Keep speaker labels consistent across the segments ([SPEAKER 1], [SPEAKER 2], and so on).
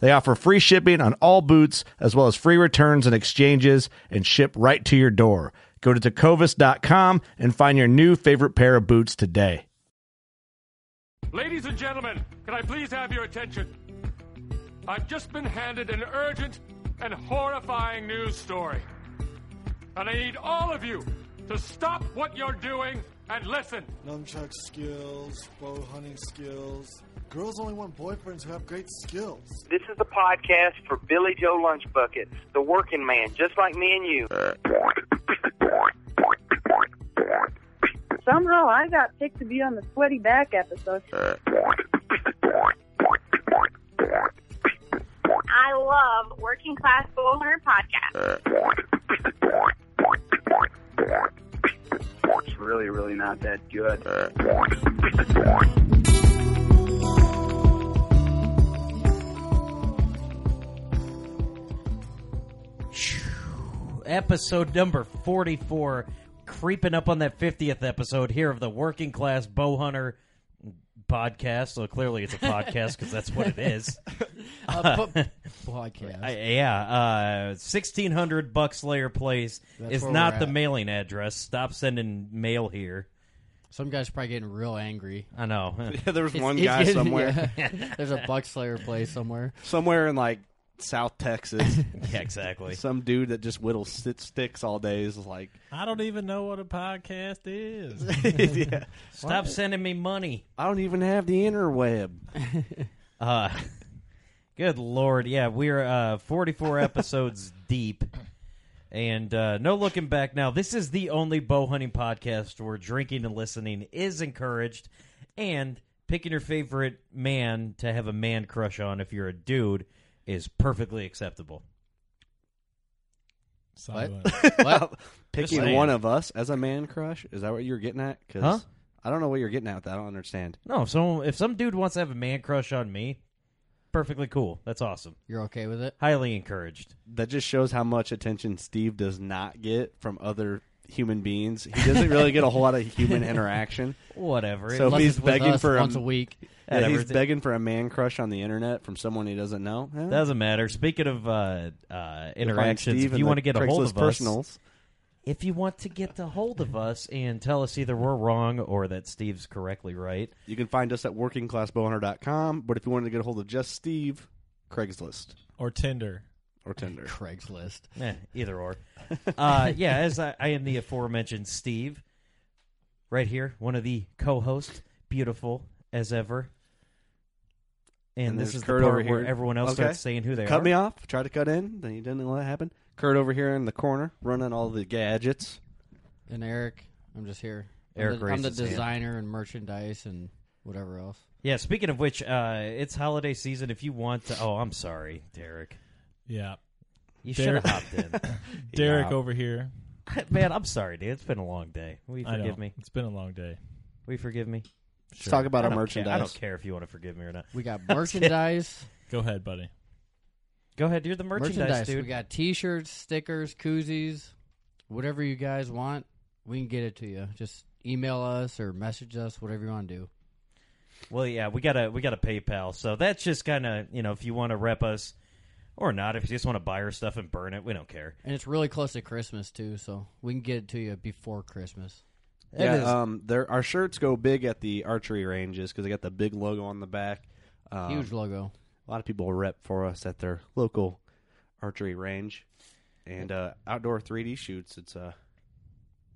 [SPEAKER 1] They offer free shipping on all boots, as well as free returns and exchanges, and ship right to your door. Go to tecovas.com and find your new favorite pair of boots today.
[SPEAKER 2] Ladies and gentlemen, can I please have your attention? I've just been handed an urgent and horrifying news story. And I need all of you to stop what you're doing and listen.
[SPEAKER 3] nunchuck skills, bow hunting skills. Girls only want boyfriends who have great skills.
[SPEAKER 4] This is the podcast for Billy Joe Lunchbucket, the working man, just like me and you.
[SPEAKER 5] Somehow I got picked to be on the sweaty back episode.
[SPEAKER 6] I love Working Class Bull Hunter podcast.
[SPEAKER 4] It's really, really not that good.
[SPEAKER 7] episode number 44 creeping up on that 50th episode here of the working class bow hunter podcast so clearly it's a podcast because that's what it is
[SPEAKER 8] podcast.
[SPEAKER 7] I- yeah uh 1600 buckslayer place
[SPEAKER 8] That's
[SPEAKER 7] is
[SPEAKER 8] where
[SPEAKER 7] not
[SPEAKER 8] we're
[SPEAKER 7] the
[SPEAKER 8] at.
[SPEAKER 7] mailing address stop sending mail here
[SPEAKER 8] Some guy's probably getting real angry.
[SPEAKER 7] i know
[SPEAKER 9] Yeah, there was
[SPEAKER 8] It's-
[SPEAKER 9] one
[SPEAKER 8] it's
[SPEAKER 9] guy
[SPEAKER 8] getting-
[SPEAKER 9] somewhere,
[SPEAKER 8] yeah. There's a Buckslayer place somewhere.
[SPEAKER 9] somewhere in like South Texas,
[SPEAKER 7] yeah exactly
[SPEAKER 9] some dude that just whittles sit sticks all day is like,
[SPEAKER 10] I don't even know what a podcast is.
[SPEAKER 9] yeah,
[SPEAKER 7] stop sending me money
[SPEAKER 9] I don't even have the interweb.
[SPEAKER 7] Uh, good lord, yeah, we're uh, 44 episodes deep, and uh, no looking back now. This is the only bow hunting podcast where drinking and listening is encouraged, and picking your favorite man to have a man crush on if you're a dude is perfectly acceptable.
[SPEAKER 8] What?
[SPEAKER 10] Silence.
[SPEAKER 8] What?
[SPEAKER 9] Picking
[SPEAKER 7] saying.
[SPEAKER 9] one of us as a man crush is that what you're getting at? 'Cause
[SPEAKER 7] Huh?
[SPEAKER 9] I don't know what you're getting at. With that. I don't understand.
[SPEAKER 7] No, if someone if some dude wants to have a man crush on me, perfectly cool. That's awesome.
[SPEAKER 8] You're okay with it?
[SPEAKER 7] Highly encouraged.
[SPEAKER 9] That just shows how much attention Steve does not get from other human beings. He doesn't really get a whole lot of human interaction.
[SPEAKER 7] Whatever.
[SPEAKER 9] So- If
[SPEAKER 8] Unless
[SPEAKER 9] he's
[SPEAKER 8] it's with
[SPEAKER 9] begging
[SPEAKER 8] us
[SPEAKER 9] for a-
[SPEAKER 8] once a week.
[SPEAKER 9] Yeah, he's
[SPEAKER 7] Whatever.
[SPEAKER 9] begging for a man crush on the internet from someone he doesn't know. Eh,
[SPEAKER 7] doesn't matter. Speaking of uh, uh,
[SPEAKER 9] you'll find
[SPEAKER 7] interactions,
[SPEAKER 9] Steve
[SPEAKER 7] if
[SPEAKER 9] in
[SPEAKER 7] you
[SPEAKER 9] the
[SPEAKER 7] want to get a hold
[SPEAKER 9] Craigslist
[SPEAKER 7] of us,
[SPEAKER 9] personals,
[SPEAKER 7] if you want to get a hold of us and tell us either we're wrong or that Steve's correctly right,
[SPEAKER 9] You can find us at workingclassbowhunter.com. But if you wanted to get a hold of just Steve, Craigslist
[SPEAKER 10] or Tinder.
[SPEAKER 9] or Tinder.
[SPEAKER 8] Craigslist.
[SPEAKER 7] eh, either or. Uh, yeah, as I, I am the aforementioned Steve, right here, one of the co-hosts, beautiful as ever. And,
[SPEAKER 9] And
[SPEAKER 7] this
[SPEAKER 9] there's
[SPEAKER 7] is
[SPEAKER 9] Kurt
[SPEAKER 7] the
[SPEAKER 9] over
[SPEAKER 7] part where
[SPEAKER 9] here.
[SPEAKER 7] everyone else
[SPEAKER 9] Okay.
[SPEAKER 7] starts saying who they
[SPEAKER 9] Cut
[SPEAKER 7] are.
[SPEAKER 9] me off. Tried to cut in. Then you didn't let it happen. Kurt over here in the corner running all the gadgets.
[SPEAKER 8] And Eric, I'm just here. I'm
[SPEAKER 7] Eric
[SPEAKER 8] the- I'm
[SPEAKER 7] raised
[SPEAKER 8] the
[SPEAKER 7] his hand.
[SPEAKER 8] designer and merchandise and whatever else.
[SPEAKER 7] Yeah. Speaking of which, uh, it's holiday season. If you want to, oh, I'm sorry, Derek.
[SPEAKER 10] Yeah.
[SPEAKER 7] You should have
[SPEAKER 10] Derek-
[SPEAKER 7] hopped in,
[SPEAKER 10] Derek
[SPEAKER 7] Yeah.
[SPEAKER 10] over here.
[SPEAKER 7] man. I'm sorry, dude. It's been a long day. Will you
[SPEAKER 10] I know.
[SPEAKER 7] forgive me?
[SPEAKER 10] It's been a long day.
[SPEAKER 7] Will you forgive me?
[SPEAKER 9] Let's talk about
[SPEAKER 7] I
[SPEAKER 9] our
[SPEAKER 7] don't care- I
[SPEAKER 9] merchandise.
[SPEAKER 7] don't care if you want to forgive me or not.
[SPEAKER 8] We got
[SPEAKER 7] I'm just kidding.
[SPEAKER 8] merchandise.
[SPEAKER 10] Go ahead, buddy.
[SPEAKER 7] Go ahead. You're the merchandise, dude.
[SPEAKER 8] We got T-shirts, stickers, koozies, whatever you guys want. We can get it to you. Just email us or message us, whatever you want to do.
[SPEAKER 7] Well, yeah, we got a we got a PayPal, so that's just kind of you know if you want to rep us or not, if you just want to buy our stuff and burn it, we don't care.
[SPEAKER 8] And it's really close to Christmas too, so we can get it to you before Christmas.
[SPEAKER 1] yeah, um, there our shirts go big at the archery ranges because they got the big logo on the back. Um,
[SPEAKER 8] Huge logo.
[SPEAKER 1] A lot of people rep for us at their local archery range and uh, outdoor 3D shoots. It's uh,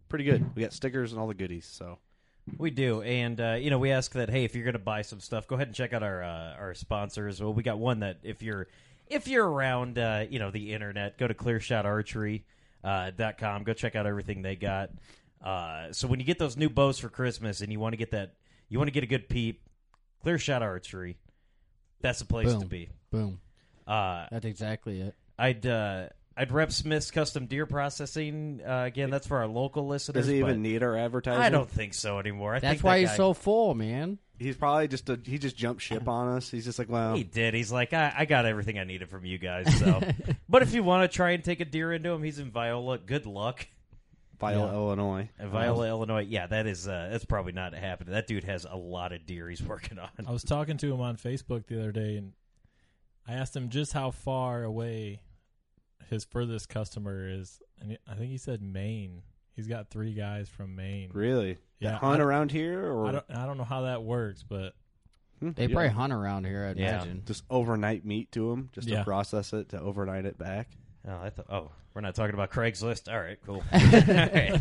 [SPEAKER 1] pretty good. We got stickers and all the goodies. So
[SPEAKER 7] We do, and uh, you know we ask that hey, if you're going to buy some stuff, go ahead and check out our uh, our sponsors. Well, we got one that if you're if you're around uh, you know the internet, go to clearshotarchery.com. Uh, dot com. go check out everything they got. Uh, so when you get those new bows for Christmas and you want to get that, you want to get a good peep, Clear Shot Archery. That's the place to
[SPEAKER 8] Boom.
[SPEAKER 7] be.
[SPEAKER 8] Boom.
[SPEAKER 7] Uh,
[SPEAKER 8] That's exactly it.
[SPEAKER 7] I'd uh, I'd rep Smith's Custom Deer Processing uh, again. That's for our local listeners.
[SPEAKER 1] does he
[SPEAKER 7] but
[SPEAKER 1] even need our advertising?
[SPEAKER 7] I don't think so anymore. I
[SPEAKER 8] That's
[SPEAKER 7] think
[SPEAKER 8] why
[SPEAKER 7] that
[SPEAKER 8] he's
[SPEAKER 7] guy-
[SPEAKER 8] so full, man.
[SPEAKER 1] He's probably just a, he just jumped ship on us. He's just like,
[SPEAKER 3] Oh.
[SPEAKER 1] well,
[SPEAKER 7] He did. He's like, I, I got everything I needed from you guys. So, but if you want to try and take a deer into him, he's in Viola. Good luck,
[SPEAKER 1] Viola,
[SPEAKER 7] Yeah.
[SPEAKER 1] Illinois.
[SPEAKER 7] Uh, Viola, Illinois. Yeah, that is uh, that's probably not happening. That dude has a lot of deer he's working on.
[SPEAKER 3] I was talking to him on Facebook the other day, and I asked him just how far away his furthest customer is, and I think he said Maine. He's got three guys from Maine.
[SPEAKER 1] Really?
[SPEAKER 3] Yeah,
[SPEAKER 1] That hunt
[SPEAKER 3] I-
[SPEAKER 1] around here, or
[SPEAKER 3] I don't, I don't know how that works, but
[SPEAKER 8] They
[SPEAKER 1] Yeah.
[SPEAKER 8] probably hunt around here, I'd
[SPEAKER 7] Yeah.
[SPEAKER 8] imagine.
[SPEAKER 1] just overnight meat to him, just
[SPEAKER 3] Yeah.
[SPEAKER 1] to process it to overnight it back.
[SPEAKER 7] Oh, I thought. Oh, we're not talking about Craigslist. All right, cool. All right.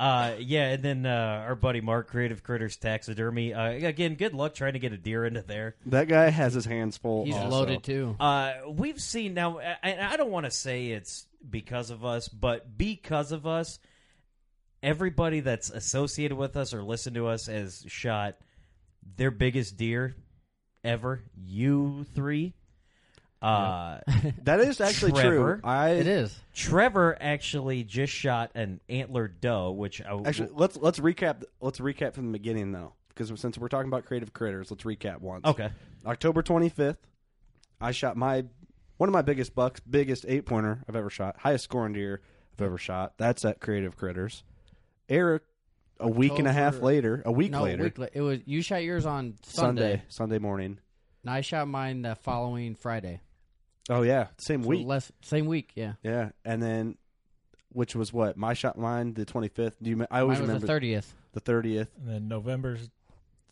[SPEAKER 7] Uh, yeah, and then uh, our buddy Mark, Creative Critters Taxidermy. Uh, again, good luck trying to get a deer into there.
[SPEAKER 1] That guy has his hands full.
[SPEAKER 8] He's
[SPEAKER 1] also.
[SPEAKER 8] loaded too.
[SPEAKER 7] Uh, we've seen now, a- and I don't want to say it's because of us, but because of us, everybody that's associated with us or listened to us has shot their biggest deer ever. You three. Uh,
[SPEAKER 1] That is actually
[SPEAKER 7] Trevor.
[SPEAKER 1] true. I
[SPEAKER 8] It is.
[SPEAKER 7] Trevor actually just shot an antler doe, which I
[SPEAKER 1] actually let's let's recap. Let's recap from the beginning though, because since we're talking about creative critters, let's recap once.
[SPEAKER 8] Oh.
[SPEAKER 7] okay.
[SPEAKER 1] October twenty fifth, I shot my one of my biggest bucks, biggest eight pointer I've ever shot, highest scoring deer I've ever shot. That's at Creative Critters. Eric, a week and a half
[SPEAKER 8] October-
[SPEAKER 1] later, a week
[SPEAKER 8] no,
[SPEAKER 1] later,
[SPEAKER 8] Week la- it was you shot yours on Sunday,
[SPEAKER 1] Sunday, Sunday morning.
[SPEAKER 8] and I shot mine the following Friday.
[SPEAKER 1] Oh yeah, same
[SPEAKER 8] So
[SPEAKER 1] week.
[SPEAKER 8] less same week, yeah.
[SPEAKER 1] Yeah, and then which was what my shot mine the twenty fifth. Do you? me- I always
[SPEAKER 8] Mine was the
[SPEAKER 1] remember
[SPEAKER 8] thirtieth.
[SPEAKER 1] the thirtieth.
[SPEAKER 3] and then November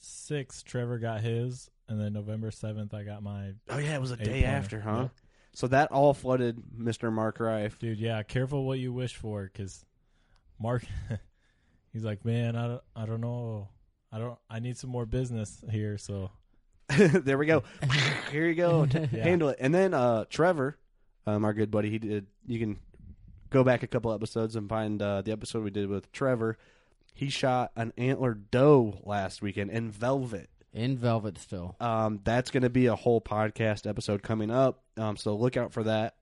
[SPEAKER 3] sixth, Trevor got his, and then November seventh, I got my.
[SPEAKER 1] Oh yeah, it was a
[SPEAKER 3] Eight
[SPEAKER 1] day
[SPEAKER 3] pointer.
[SPEAKER 1] after, huh?
[SPEAKER 3] Yep.
[SPEAKER 1] So that all flooded Mister Mark Rife.
[SPEAKER 3] Dude, yeah, careful what you wish for, because Mark, he's like, man, I don't, I don't know, I don't, I need some more business here. So
[SPEAKER 1] there we go. Here you go. T- Handle it. And then uh, Trevor, um, our good buddy, he did. You can go back a couple episodes and find uh, the episode we did with Trevor. He shot an antler doe last weekend in velvet.
[SPEAKER 8] In velvet still.
[SPEAKER 1] Um, that's going to be a whole podcast episode coming up. Um, so look out for that.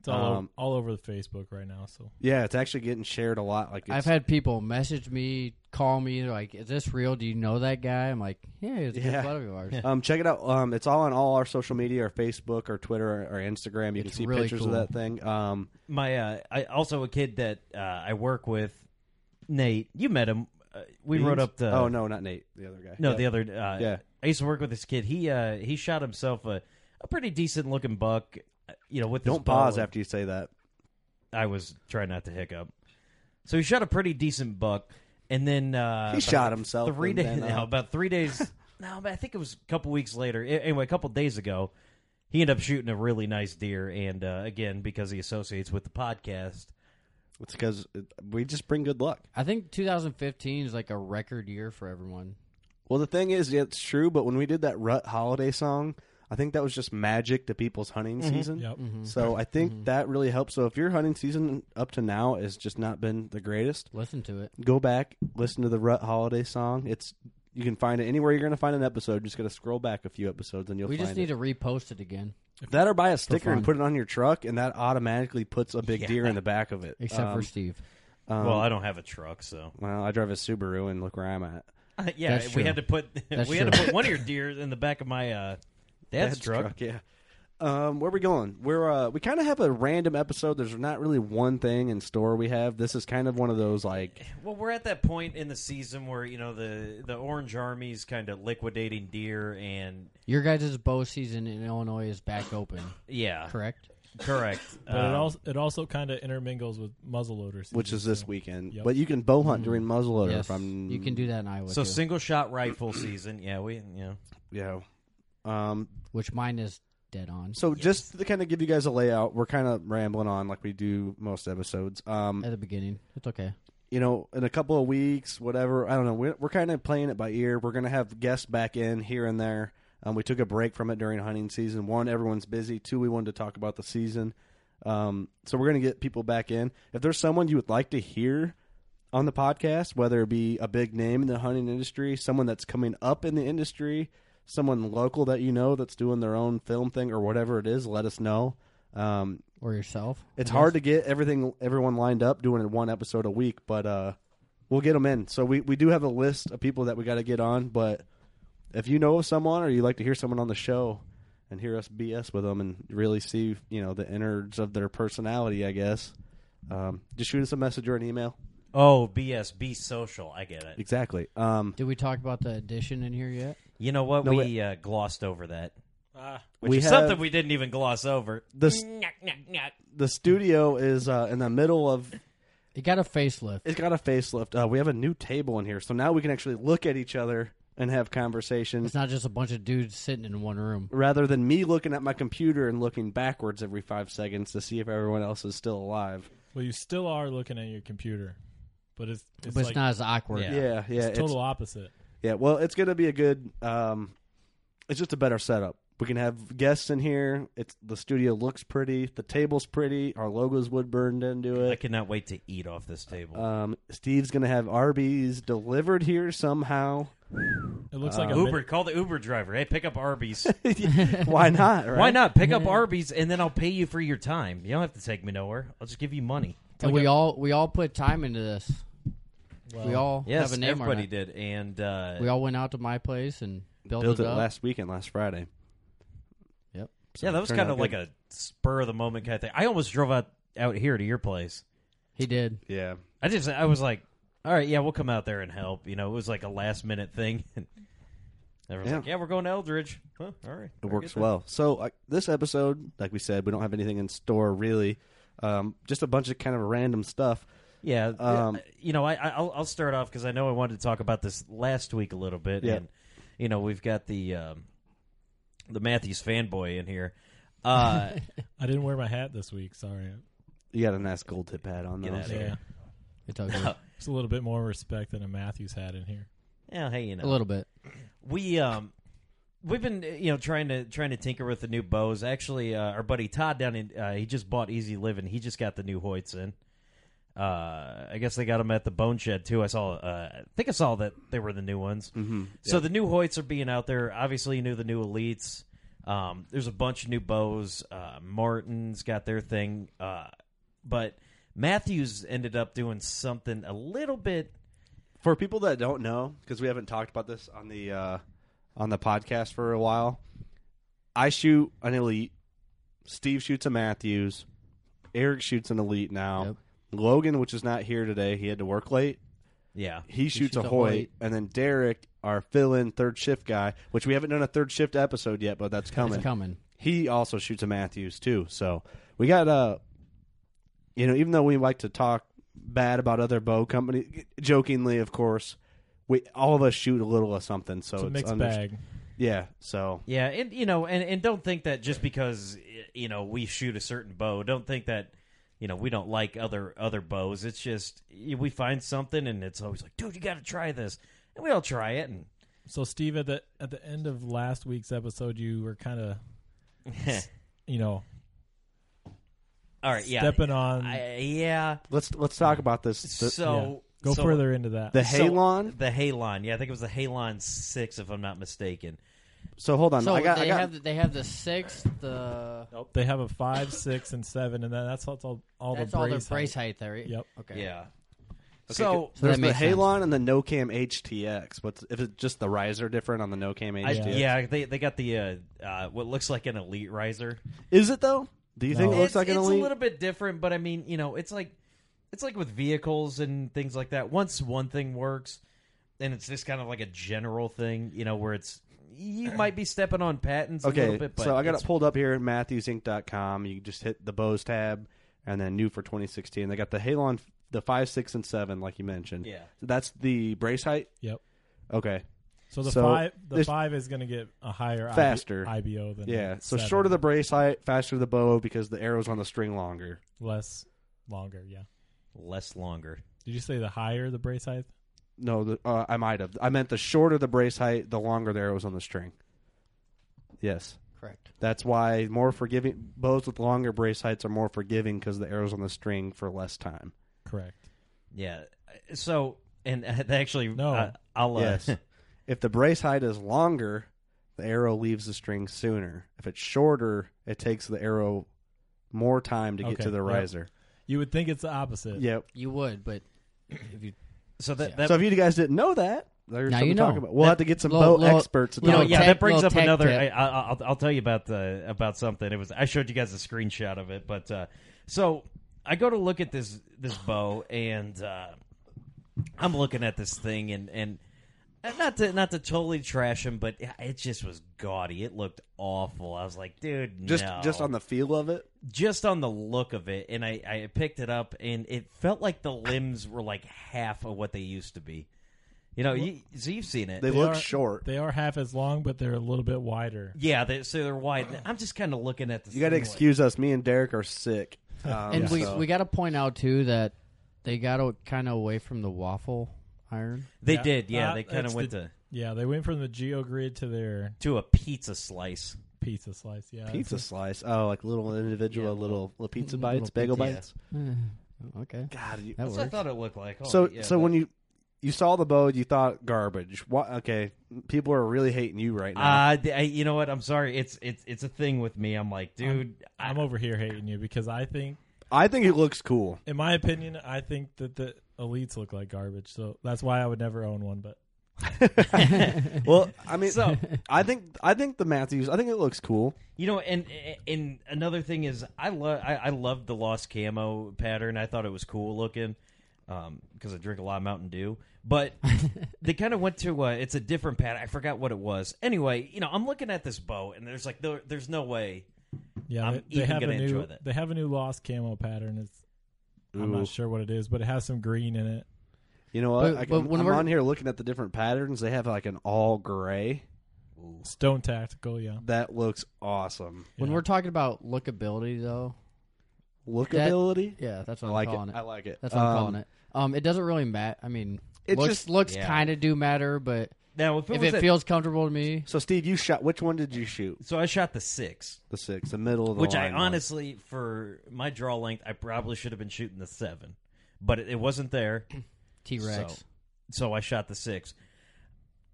[SPEAKER 3] it's all, o-
[SPEAKER 1] Um,
[SPEAKER 3] all over the Facebook right now. So
[SPEAKER 1] Yeah, it's actually getting shared a lot. Like it's,
[SPEAKER 8] I've had people message me, call me, they're like, Is this real? Do you know that guy? I'm like, Yeah, he's a
[SPEAKER 1] Yeah.
[SPEAKER 8] good buddy of ours.
[SPEAKER 1] Um, check it out. Um, it's all on all our social media, our Facebook, our Twitter, our Instagram. You
[SPEAKER 8] It's
[SPEAKER 1] can see
[SPEAKER 8] really
[SPEAKER 1] pictures
[SPEAKER 8] cool.
[SPEAKER 1] of that thing. Um,
[SPEAKER 7] My uh, I also a kid that uh, I work with, Nate. You met him. Uh, we
[SPEAKER 1] Beans?
[SPEAKER 7] rode up to.
[SPEAKER 1] Oh no, not Nate, the other guy.
[SPEAKER 7] No,
[SPEAKER 1] Yeah.
[SPEAKER 7] the other. Uh,
[SPEAKER 1] Yeah.
[SPEAKER 7] I used to work with this kid. He uh, he shot himself a, a pretty decent looking buck. uh, You know, with his
[SPEAKER 1] Don't pause
[SPEAKER 7] bow.
[SPEAKER 1] after you say that.
[SPEAKER 7] I was trying not to hiccup. So he shot a pretty decent buck, and then uh,
[SPEAKER 1] He
[SPEAKER 7] about
[SPEAKER 1] shot himself
[SPEAKER 7] Three
[SPEAKER 1] and
[SPEAKER 7] days.
[SPEAKER 1] then, uh,
[SPEAKER 7] no, about three days. no, but I think it was a couple weeks later. A- Anyway, a couple days ago, he ended up shooting a really nice deer, and uh, again because he associates with the podcast.
[SPEAKER 1] It's because we just bring good luck.
[SPEAKER 8] I think 2015 is like a record year for everyone.
[SPEAKER 1] Well, the thing is, it's true. But when we did that Rut holiday song, I think that was just magic to people's hunting season.
[SPEAKER 3] Yep. Mhm.
[SPEAKER 1] So I think that really helps. So if your hunting season up to now has just not been the greatest,
[SPEAKER 8] Listen to it.
[SPEAKER 1] go back, listen to the Rut holiday song. It's you can find it anywhere you're going to find an episode. Just got to scroll back a few episodes and you'll
[SPEAKER 8] we
[SPEAKER 1] find
[SPEAKER 8] just need
[SPEAKER 1] it.
[SPEAKER 8] to repost it again.
[SPEAKER 1] that or buy a sticker
[SPEAKER 8] fun.
[SPEAKER 1] and put it on your truck, and that automatically puts a big
[SPEAKER 7] Yeah.
[SPEAKER 1] deer in the back of it.
[SPEAKER 8] Except
[SPEAKER 1] Um,
[SPEAKER 8] for Steve.
[SPEAKER 1] um,
[SPEAKER 7] well, I don't have a truck, so
[SPEAKER 1] well, I drive a Subaru, and look where I'm at.
[SPEAKER 7] yeah,
[SPEAKER 8] That's
[SPEAKER 7] we
[SPEAKER 8] true.
[SPEAKER 7] had to put
[SPEAKER 8] That's
[SPEAKER 7] we had to
[SPEAKER 8] true.
[SPEAKER 7] put one of your deer in the back of my uh, dad's, truck.
[SPEAKER 1] Yeah. Um, where are we going? We're uh, we kind of have a random episode. There's not really one thing in store we have. This is kind of one of those like
[SPEAKER 7] Well, we're at that point in the season where you know the the Orange Army's kind of liquidating deer, and
[SPEAKER 8] Your guys' bow season in Illinois is back open.
[SPEAKER 7] Yeah.
[SPEAKER 8] Correct?
[SPEAKER 7] Correct.
[SPEAKER 3] But it also it also kind of intermingles with muzzleloaders,
[SPEAKER 1] Uh, which is this weekend.
[SPEAKER 3] Yep.
[SPEAKER 1] But you can bow hunt during muzzleloader.
[SPEAKER 3] Yes,
[SPEAKER 1] If I'm,
[SPEAKER 8] you can do that in Iowa,
[SPEAKER 7] so single shot rifle season. Yeah, we yeah
[SPEAKER 1] yeah. Um,
[SPEAKER 8] which mine is dead on.
[SPEAKER 1] So just to kind of give you guys a layout, we're kind of rambling on like we do most episodes. Um,
[SPEAKER 8] At the beginning, it's okay.
[SPEAKER 1] You know, in a couple of weeks, whatever. I don't know. We're, we're kind of playing it by ear. We're gonna have guests back in here and there. Um, we took a break from it during hunting season. One, everyone's busy. Two, we wanted to talk about the season. Um, so we're gonna get people back in. If there's someone you would like to hear on the podcast, whether it be a big name in the hunting industry, someone that's coming up in the industry, someone local that you know that's doing their own film thing or whatever it is, let us know. Um,
[SPEAKER 8] or yourself.
[SPEAKER 1] It's
[SPEAKER 8] I
[SPEAKER 1] hard to
[SPEAKER 8] guess.
[SPEAKER 1] get everything, everyone lined up doing it one episode a week, but uh, we'll get them in. So we, we do have a list of people that we got to get on, but if you know of someone or you like to hear someone on the show and hear us BS with them and really see, you know, the innards of their personality, I guess, um, just shoot us a message or an email.
[SPEAKER 7] Oh, BS, be social. I get it.
[SPEAKER 1] Exactly. Um,
[SPEAKER 8] Did we talk about the addition in here yet?
[SPEAKER 7] You know what?
[SPEAKER 1] No,
[SPEAKER 7] we
[SPEAKER 1] wait.
[SPEAKER 7] uh, glossed over that.
[SPEAKER 3] Ah.
[SPEAKER 7] Which
[SPEAKER 1] We
[SPEAKER 7] is
[SPEAKER 1] have-
[SPEAKER 7] something we didn't even gloss over.
[SPEAKER 1] The s- the studio is uh, in the middle of.
[SPEAKER 8] It got a facelift.
[SPEAKER 1] It's got a facelift. Uh, we have a new table in here, so now we can actually look at each other and have conversations.
[SPEAKER 8] It's not just a bunch of dudes sitting in one room.
[SPEAKER 1] rather than me looking at my computer and looking backwards every five seconds to see if everyone else is still alive.
[SPEAKER 3] Well, you still are looking at your computer, but it's, it's
[SPEAKER 8] But it's
[SPEAKER 3] like-
[SPEAKER 8] not as awkward.
[SPEAKER 1] Yeah, yeah.
[SPEAKER 3] it's total opposite.
[SPEAKER 1] Yeah, well, it's going to be a good. Um, it's just a better setup. We can have guests in here. It's the studio looks pretty. The table's pretty. Our logo's wood burned into it.
[SPEAKER 7] I cannot wait to eat off this table.
[SPEAKER 1] Um, Steve's going to have Arby's delivered here somehow.
[SPEAKER 3] It looks like a
[SPEAKER 7] Uber. Call the Uber driver. Hey, pick up Arby's.
[SPEAKER 1] Why not, right?
[SPEAKER 7] Why not pick up Arby's and then I'll pay you for your time. You don't have to take me nowhere. I'll just give you money.
[SPEAKER 8] And we all we all put time into this. we all
[SPEAKER 7] yes,
[SPEAKER 8] have a name on
[SPEAKER 7] everybody
[SPEAKER 8] it.
[SPEAKER 7] did, and uh,
[SPEAKER 8] We all went out to my place and built,
[SPEAKER 1] Built
[SPEAKER 8] it,
[SPEAKER 1] it
[SPEAKER 8] up.
[SPEAKER 1] last weekend, last Friday.
[SPEAKER 8] Yep.
[SPEAKER 7] yeah, that was kind of like a spur of the moment kind of thing. I almost drove out out here to your place.
[SPEAKER 8] He did.
[SPEAKER 1] Yeah.
[SPEAKER 7] I just I was like, all right, yeah, we'll come out there and help. You know, it was like a last minute thing. Everyone's
[SPEAKER 1] Yeah.
[SPEAKER 7] like, yeah, we're going to Eldridge. Huh, all right,
[SPEAKER 1] It
[SPEAKER 7] I
[SPEAKER 1] works
[SPEAKER 7] get that.
[SPEAKER 1] well. So uh, this episode, like we said, we don't have anything in store really. Um, just a bunch of kind of random stuff.
[SPEAKER 7] Yeah,
[SPEAKER 1] Um,
[SPEAKER 7] um, you know, I, I- I'll, I'll start off because I know I wanted to talk about this last week a little bit,
[SPEAKER 1] Yeah.
[SPEAKER 7] and you know, we've got the um, the Matthews fanboy in here. Uh,
[SPEAKER 3] I didn't wear my hat this week. Sorry.
[SPEAKER 1] You got a nice gold tip hat on
[SPEAKER 7] Get
[SPEAKER 1] though.
[SPEAKER 7] outta
[SPEAKER 1] so-
[SPEAKER 7] here.
[SPEAKER 3] Yeah.
[SPEAKER 8] It's okay.
[SPEAKER 3] It's a little bit more respect than a Matthews hat in here.
[SPEAKER 7] yeah, hey, you know,
[SPEAKER 8] A little bit.
[SPEAKER 7] we um we've been uh, you know trying to trying to tinker with the new bows actually uh, our buddy todd down in uh, he just bought easy living he just got the new hoyts in uh i guess they got them at the bone shed too i saw uh i think i saw that they were the new ones mm-hmm. so the new hoyts are being out there obviously you knew the new elites um there's a bunch of new bows uh martin's got their thing uh but matthews ended up doing something a little bit
[SPEAKER 1] For people that don't know, because we haven't talked about this on the uh, on the podcast for a while, I shoot an elite. Steve shoots a Matthews. Eric shoots an elite now. Logan, which is not here today, he had to work late.
[SPEAKER 7] yeah
[SPEAKER 1] He, shoots,
[SPEAKER 8] shoots
[SPEAKER 1] a
[SPEAKER 8] a
[SPEAKER 1] Hoyt,
[SPEAKER 8] Hoyt.
[SPEAKER 1] and then Derek, our fill-in third shift guy, which we haven't done a third shift episode yet, but that's coming.
[SPEAKER 8] It's coming.
[SPEAKER 1] He also shoots a Matthews too, so we got uh, you know, even though we like to talk bad about other bow companies, jokingly, of course, we all of us shoot a little of something, so
[SPEAKER 3] It's a
[SPEAKER 1] it's
[SPEAKER 3] mixed
[SPEAKER 1] under-
[SPEAKER 3] bag.
[SPEAKER 1] Yeah, so
[SPEAKER 7] Yeah, and you know, and and don't think that just because y- you know we shoot a certain bow, don't think that you know we don't like other other bows. It's just y- we find something, and it's always like, dude, you got to try this, and we all try it, and
[SPEAKER 3] So Steve, at the at the end of last week's episode, you were kind of, you know,
[SPEAKER 7] all right, yeah,
[SPEAKER 3] stepping on.
[SPEAKER 7] I- yeah.
[SPEAKER 1] let's let's talk about this. The-
[SPEAKER 7] So
[SPEAKER 3] Go
[SPEAKER 7] so-
[SPEAKER 3] further into that.
[SPEAKER 1] The
[SPEAKER 7] so-
[SPEAKER 1] Halon?
[SPEAKER 7] the Halon, yeah, I think it was the Halon six, if I'm not mistaken.
[SPEAKER 1] so hold on,
[SPEAKER 8] So
[SPEAKER 1] I got,
[SPEAKER 8] they
[SPEAKER 1] I got
[SPEAKER 8] have the, they have the six, the
[SPEAKER 3] Nope. They have a five, six, and seven, and then that's all. All
[SPEAKER 8] that's
[SPEAKER 3] the
[SPEAKER 8] all
[SPEAKER 3] brace
[SPEAKER 8] their brace
[SPEAKER 3] height.
[SPEAKER 8] height there. right?
[SPEAKER 3] Yep.
[SPEAKER 8] Okay.
[SPEAKER 7] Yeah. So-
[SPEAKER 1] good.
[SPEAKER 7] So that
[SPEAKER 1] there's the
[SPEAKER 7] makes sense.
[SPEAKER 1] Halon and the NoCam HTX. What's if it's just the riser different on the NoCam
[SPEAKER 7] I,
[SPEAKER 1] HTX?
[SPEAKER 7] yeah, they they got the uh, uh, what looks like an elite riser.
[SPEAKER 1] Is it though? Do you think it
[SPEAKER 7] it's,
[SPEAKER 1] looks like an
[SPEAKER 7] it's
[SPEAKER 1] elite?
[SPEAKER 7] a little bit different, but I mean, you know, it's like it's like with vehicles and things like that. Once one thing works, then it's just kind of like a general thing, you know, where it's you might be stepping on patents a
[SPEAKER 1] okay,
[SPEAKER 7] little bit. But
[SPEAKER 1] so I got
[SPEAKER 7] it's-
[SPEAKER 1] it pulled up here, MatthewsInc.com. You just hit the Bose tab, and then new for 2016. They got the Halon, the five, six, and seven, like you mentioned.
[SPEAKER 3] Yeah.
[SPEAKER 1] so that's the brace height.
[SPEAKER 3] Yep.
[SPEAKER 1] Okay.
[SPEAKER 3] So the five, the
[SPEAKER 1] there's-
[SPEAKER 3] five is going to get a higher IB
[SPEAKER 1] faster
[SPEAKER 3] IBO than
[SPEAKER 1] yeah.
[SPEAKER 3] the
[SPEAKER 1] So
[SPEAKER 3] seven.
[SPEAKER 1] shorter the brace height, faster the bow because the arrow's on the string longer.
[SPEAKER 3] less longer. Yeah.
[SPEAKER 7] Less longer.
[SPEAKER 3] Did you say the higher the brace height?
[SPEAKER 1] No, the, uh, I might have. I meant the shorter the brace height, the longer the arrows on the string. Yes,
[SPEAKER 8] Correct.
[SPEAKER 1] That's why more forgiving bows with longer brace heights are more forgiving because the arrows on the string for less time.
[SPEAKER 3] Correct.
[SPEAKER 7] Yeah. So and uh, they actually
[SPEAKER 3] No.
[SPEAKER 7] uh, I'll uh,
[SPEAKER 1] yes. if the brace height is longer, the arrow leaves the string sooner. If it's shorter, it takes the arrow more time to get
[SPEAKER 3] Okay,
[SPEAKER 1] to the
[SPEAKER 3] yep.
[SPEAKER 1] riser.
[SPEAKER 3] You would think it's the opposite.
[SPEAKER 1] Yep.
[SPEAKER 8] You would, but if you
[SPEAKER 7] so that,
[SPEAKER 1] so if you guys didn't know that, there's
[SPEAKER 8] Now
[SPEAKER 1] something
[SPEAKER 8] you
[SPEAKER 1] to talk
[SPEAKER 8] know.
[SPEAKER 1] about. We'll
[SPEAKER 8] That-
[SPEAKER 1] have to get some
[SPEAKER 8] little-
[SPEAKER 1] bow
[SPEAKER 8] little-
[SPEAKER 1] experts.
[SPEAKER 7] You know,
[SPEAKER 8] Little
[SPEAKER 7] yeah,
[SPEAKER 8] tech-
[SPEAKER 7] that brings
[SPEAKER 8] little
[SPEAKER 7] up
[SPEAKER 8] tech
[SPEAKER 7] another.
[SPEAKER 8] tip.
[SPEAKER 7] I, I, I'll, I'll tell you about the about something. It was I showed you guys a screenshot of it, but uh, so I go to look at this this bow, and uh, I'm looking at this thing, and and and not to not to totally trash him, but it just was gaudy. It looked awful. I was like, dude,
[SPEAKER 1] Just
[SPEAKER 7] no.
[SPEAKER 1] just on the feel of it.
[SPEAKER 7] just on the look of it, and I, I picked it up, and it felt like the limbs were like half of what they used to be. You know, you, so you've seen it.
[SPEAKER 1] look
[SPEAKER 3] are-
[SPEAKER 1] short.
[SPEAKER 3] They are half as long, but they're a little bit wider.
[SPEAKER 7] Yeah, they, so they're wide. I'm just kind of looking at this.
[SPEAKER 1] You got to
[SPEAKER 7] thing
[SPEAKER 1] excuse us. Me and Derek are sick. Um,
[SPEAKER 8] and we
[SPEAKER 1] so-
[SPEAKER 8] we got to point out too that they got kind of away from the waffle iron.
[SPEAKER 7] They did, yeah,
[SPEAKER 3] Uh,
[SPEAKER 7] they kinda
[SPEAKER 3] it's
[SPEAKER 7] went
[SPEAKER 3] the-
[SPEAKER 7] to-
[SPEAKER 3] Yeah, they went from the geo grid to their
[SPEAKER 7] like, to a pizza slice.
[SPEAKER 3] pizza slice. Yeah,
[SPEAKER 1] pizza slice. Oh, like little individual little little pizza
[SPEAKER 8] Little
[SPEAKER 1] bites, bagel
[SPEAKER 8] pizza.
[SPEAKER 1] bites.
[SPEAKER 8] okay.
[SPEAKER 1] God, you,
[SPEAKER 8] That
[SPEAKER 7] That's what I thought it looked like.
[SPEAKER 3] Oh,
[SPEAKER 7] Hold
[SPEAKER 1] so
[SPEAKER 7] on, yeah,
[SPEAKER 1] so
[SPEAKER 7] but-
[SPEAKER 1] when you you saw the bow, you thought garbage. What? Okay, people are really hating you right now.
[SPEAKER 7] uh, th- I, you know what? I'm sorry. It's it's it's a thing with me. I'm like, dude, I-
[SPEAKER 3] I'm over here hating you because I think,
[SPEAKER 1] I think it looks cool.
[SPEAKER 3] in my opinion, I think that the elites look like garbage. So that's why I would never own one. But
[SPEAKER 1] Well, I mean,
[SPEAKER 7] So-
[SPEAKER 1] I think I think the Matthews. I think it looks cool.
[SPEAKER 7] you know, and and another thing is, I love I, I loved the lost camo pattern. I thought it was cool looking. Um, because I drink a lot of Mountain Dew, but they kind of went to uh, it's a different pattern. I forgot what it was. Anyway, you know, I'm looking at this bow, and there's like, there, there's no way.
[SPEAKER 3] yeah,
[SPEAKER 7] I'm
[SPEAKER 3] they, they
[SPEAKER 7] even
[SPEAKER 3] have a
[SPEAKER 7] gonna
[SPEAKER 3] new
[SPEAKER 7] enjoy that.
[SPEAKER 3] they have a new lost camo pattern. It's I'm
[SPEAKER 1] Ooh.
[SPEAKER 3] not sure what it is, but it has some green in it.
[SPEAKER 1] You know what?
[SPEAKER 8] But-
[SPEAKER 1] I
[SPEAKER 8] but
[SPEAKER 1] can,
[SPEAKER 8] when
[SPEAKER 1] I'm
[SPEAKER 8] we're-
[SPEAKER 1] on here looking at the different patterns. They have like an all gray
[SPEAKER 3] Stone tactical. Yeah,
[SPEAKER 1] that looks awesome.
[SPEAKER 8] When
[SPEAKER 3] Yeah.
[SPEAKER 8] we're talking about lookability, though,
[SPEAKER 1] Lookability.
[SPEAKER 8] yeah, that's what
[SPEAKER 1] I
[SPEAKER 8] I'm
[SPEAKER 1] like
[SPEAKER 8] calling
[SPEAKER 1] it.
[SPEAKER 8] it.
[SPEAKER 1] I like it.
[SPEAKER 8] That's what I'm
[SPEAKER 1] Um,
[SPEAKER 8] calling it. Um, it doesn't really matter. I mean,
[SPEAKER 1] It
[SPEAKER 8] looks
[SPEAKER 1] just-
[SPEAKER 8] looks
[SPEAKER 7] Yeah.
[SPEAKER 8] kind of do matter, but
[SPEAKER 7] Now, if it,
[SPEAKER 8] if
[SPEAKER 7] was
[SPEAKER 8] it
[SPEAKER 7] a-
[SPEAKER 8] feels comfortable to me,
[SPEAKER 1] So, Steve, you shot. Which one did you shoot?
[SPEAKER 7] so, I shot the six.
[SPEAKER 1] The six, the middle of the
[SPEAKER 7] Which I
[SPEAKER 1] line one.
[SPEAKER 7] honestly, for my draw length, I probably should have been shooting the seven, but it, it wasn't there,
[SPEAKER 8] T Rex.
[SPEAKER 7] So, so I shot the six.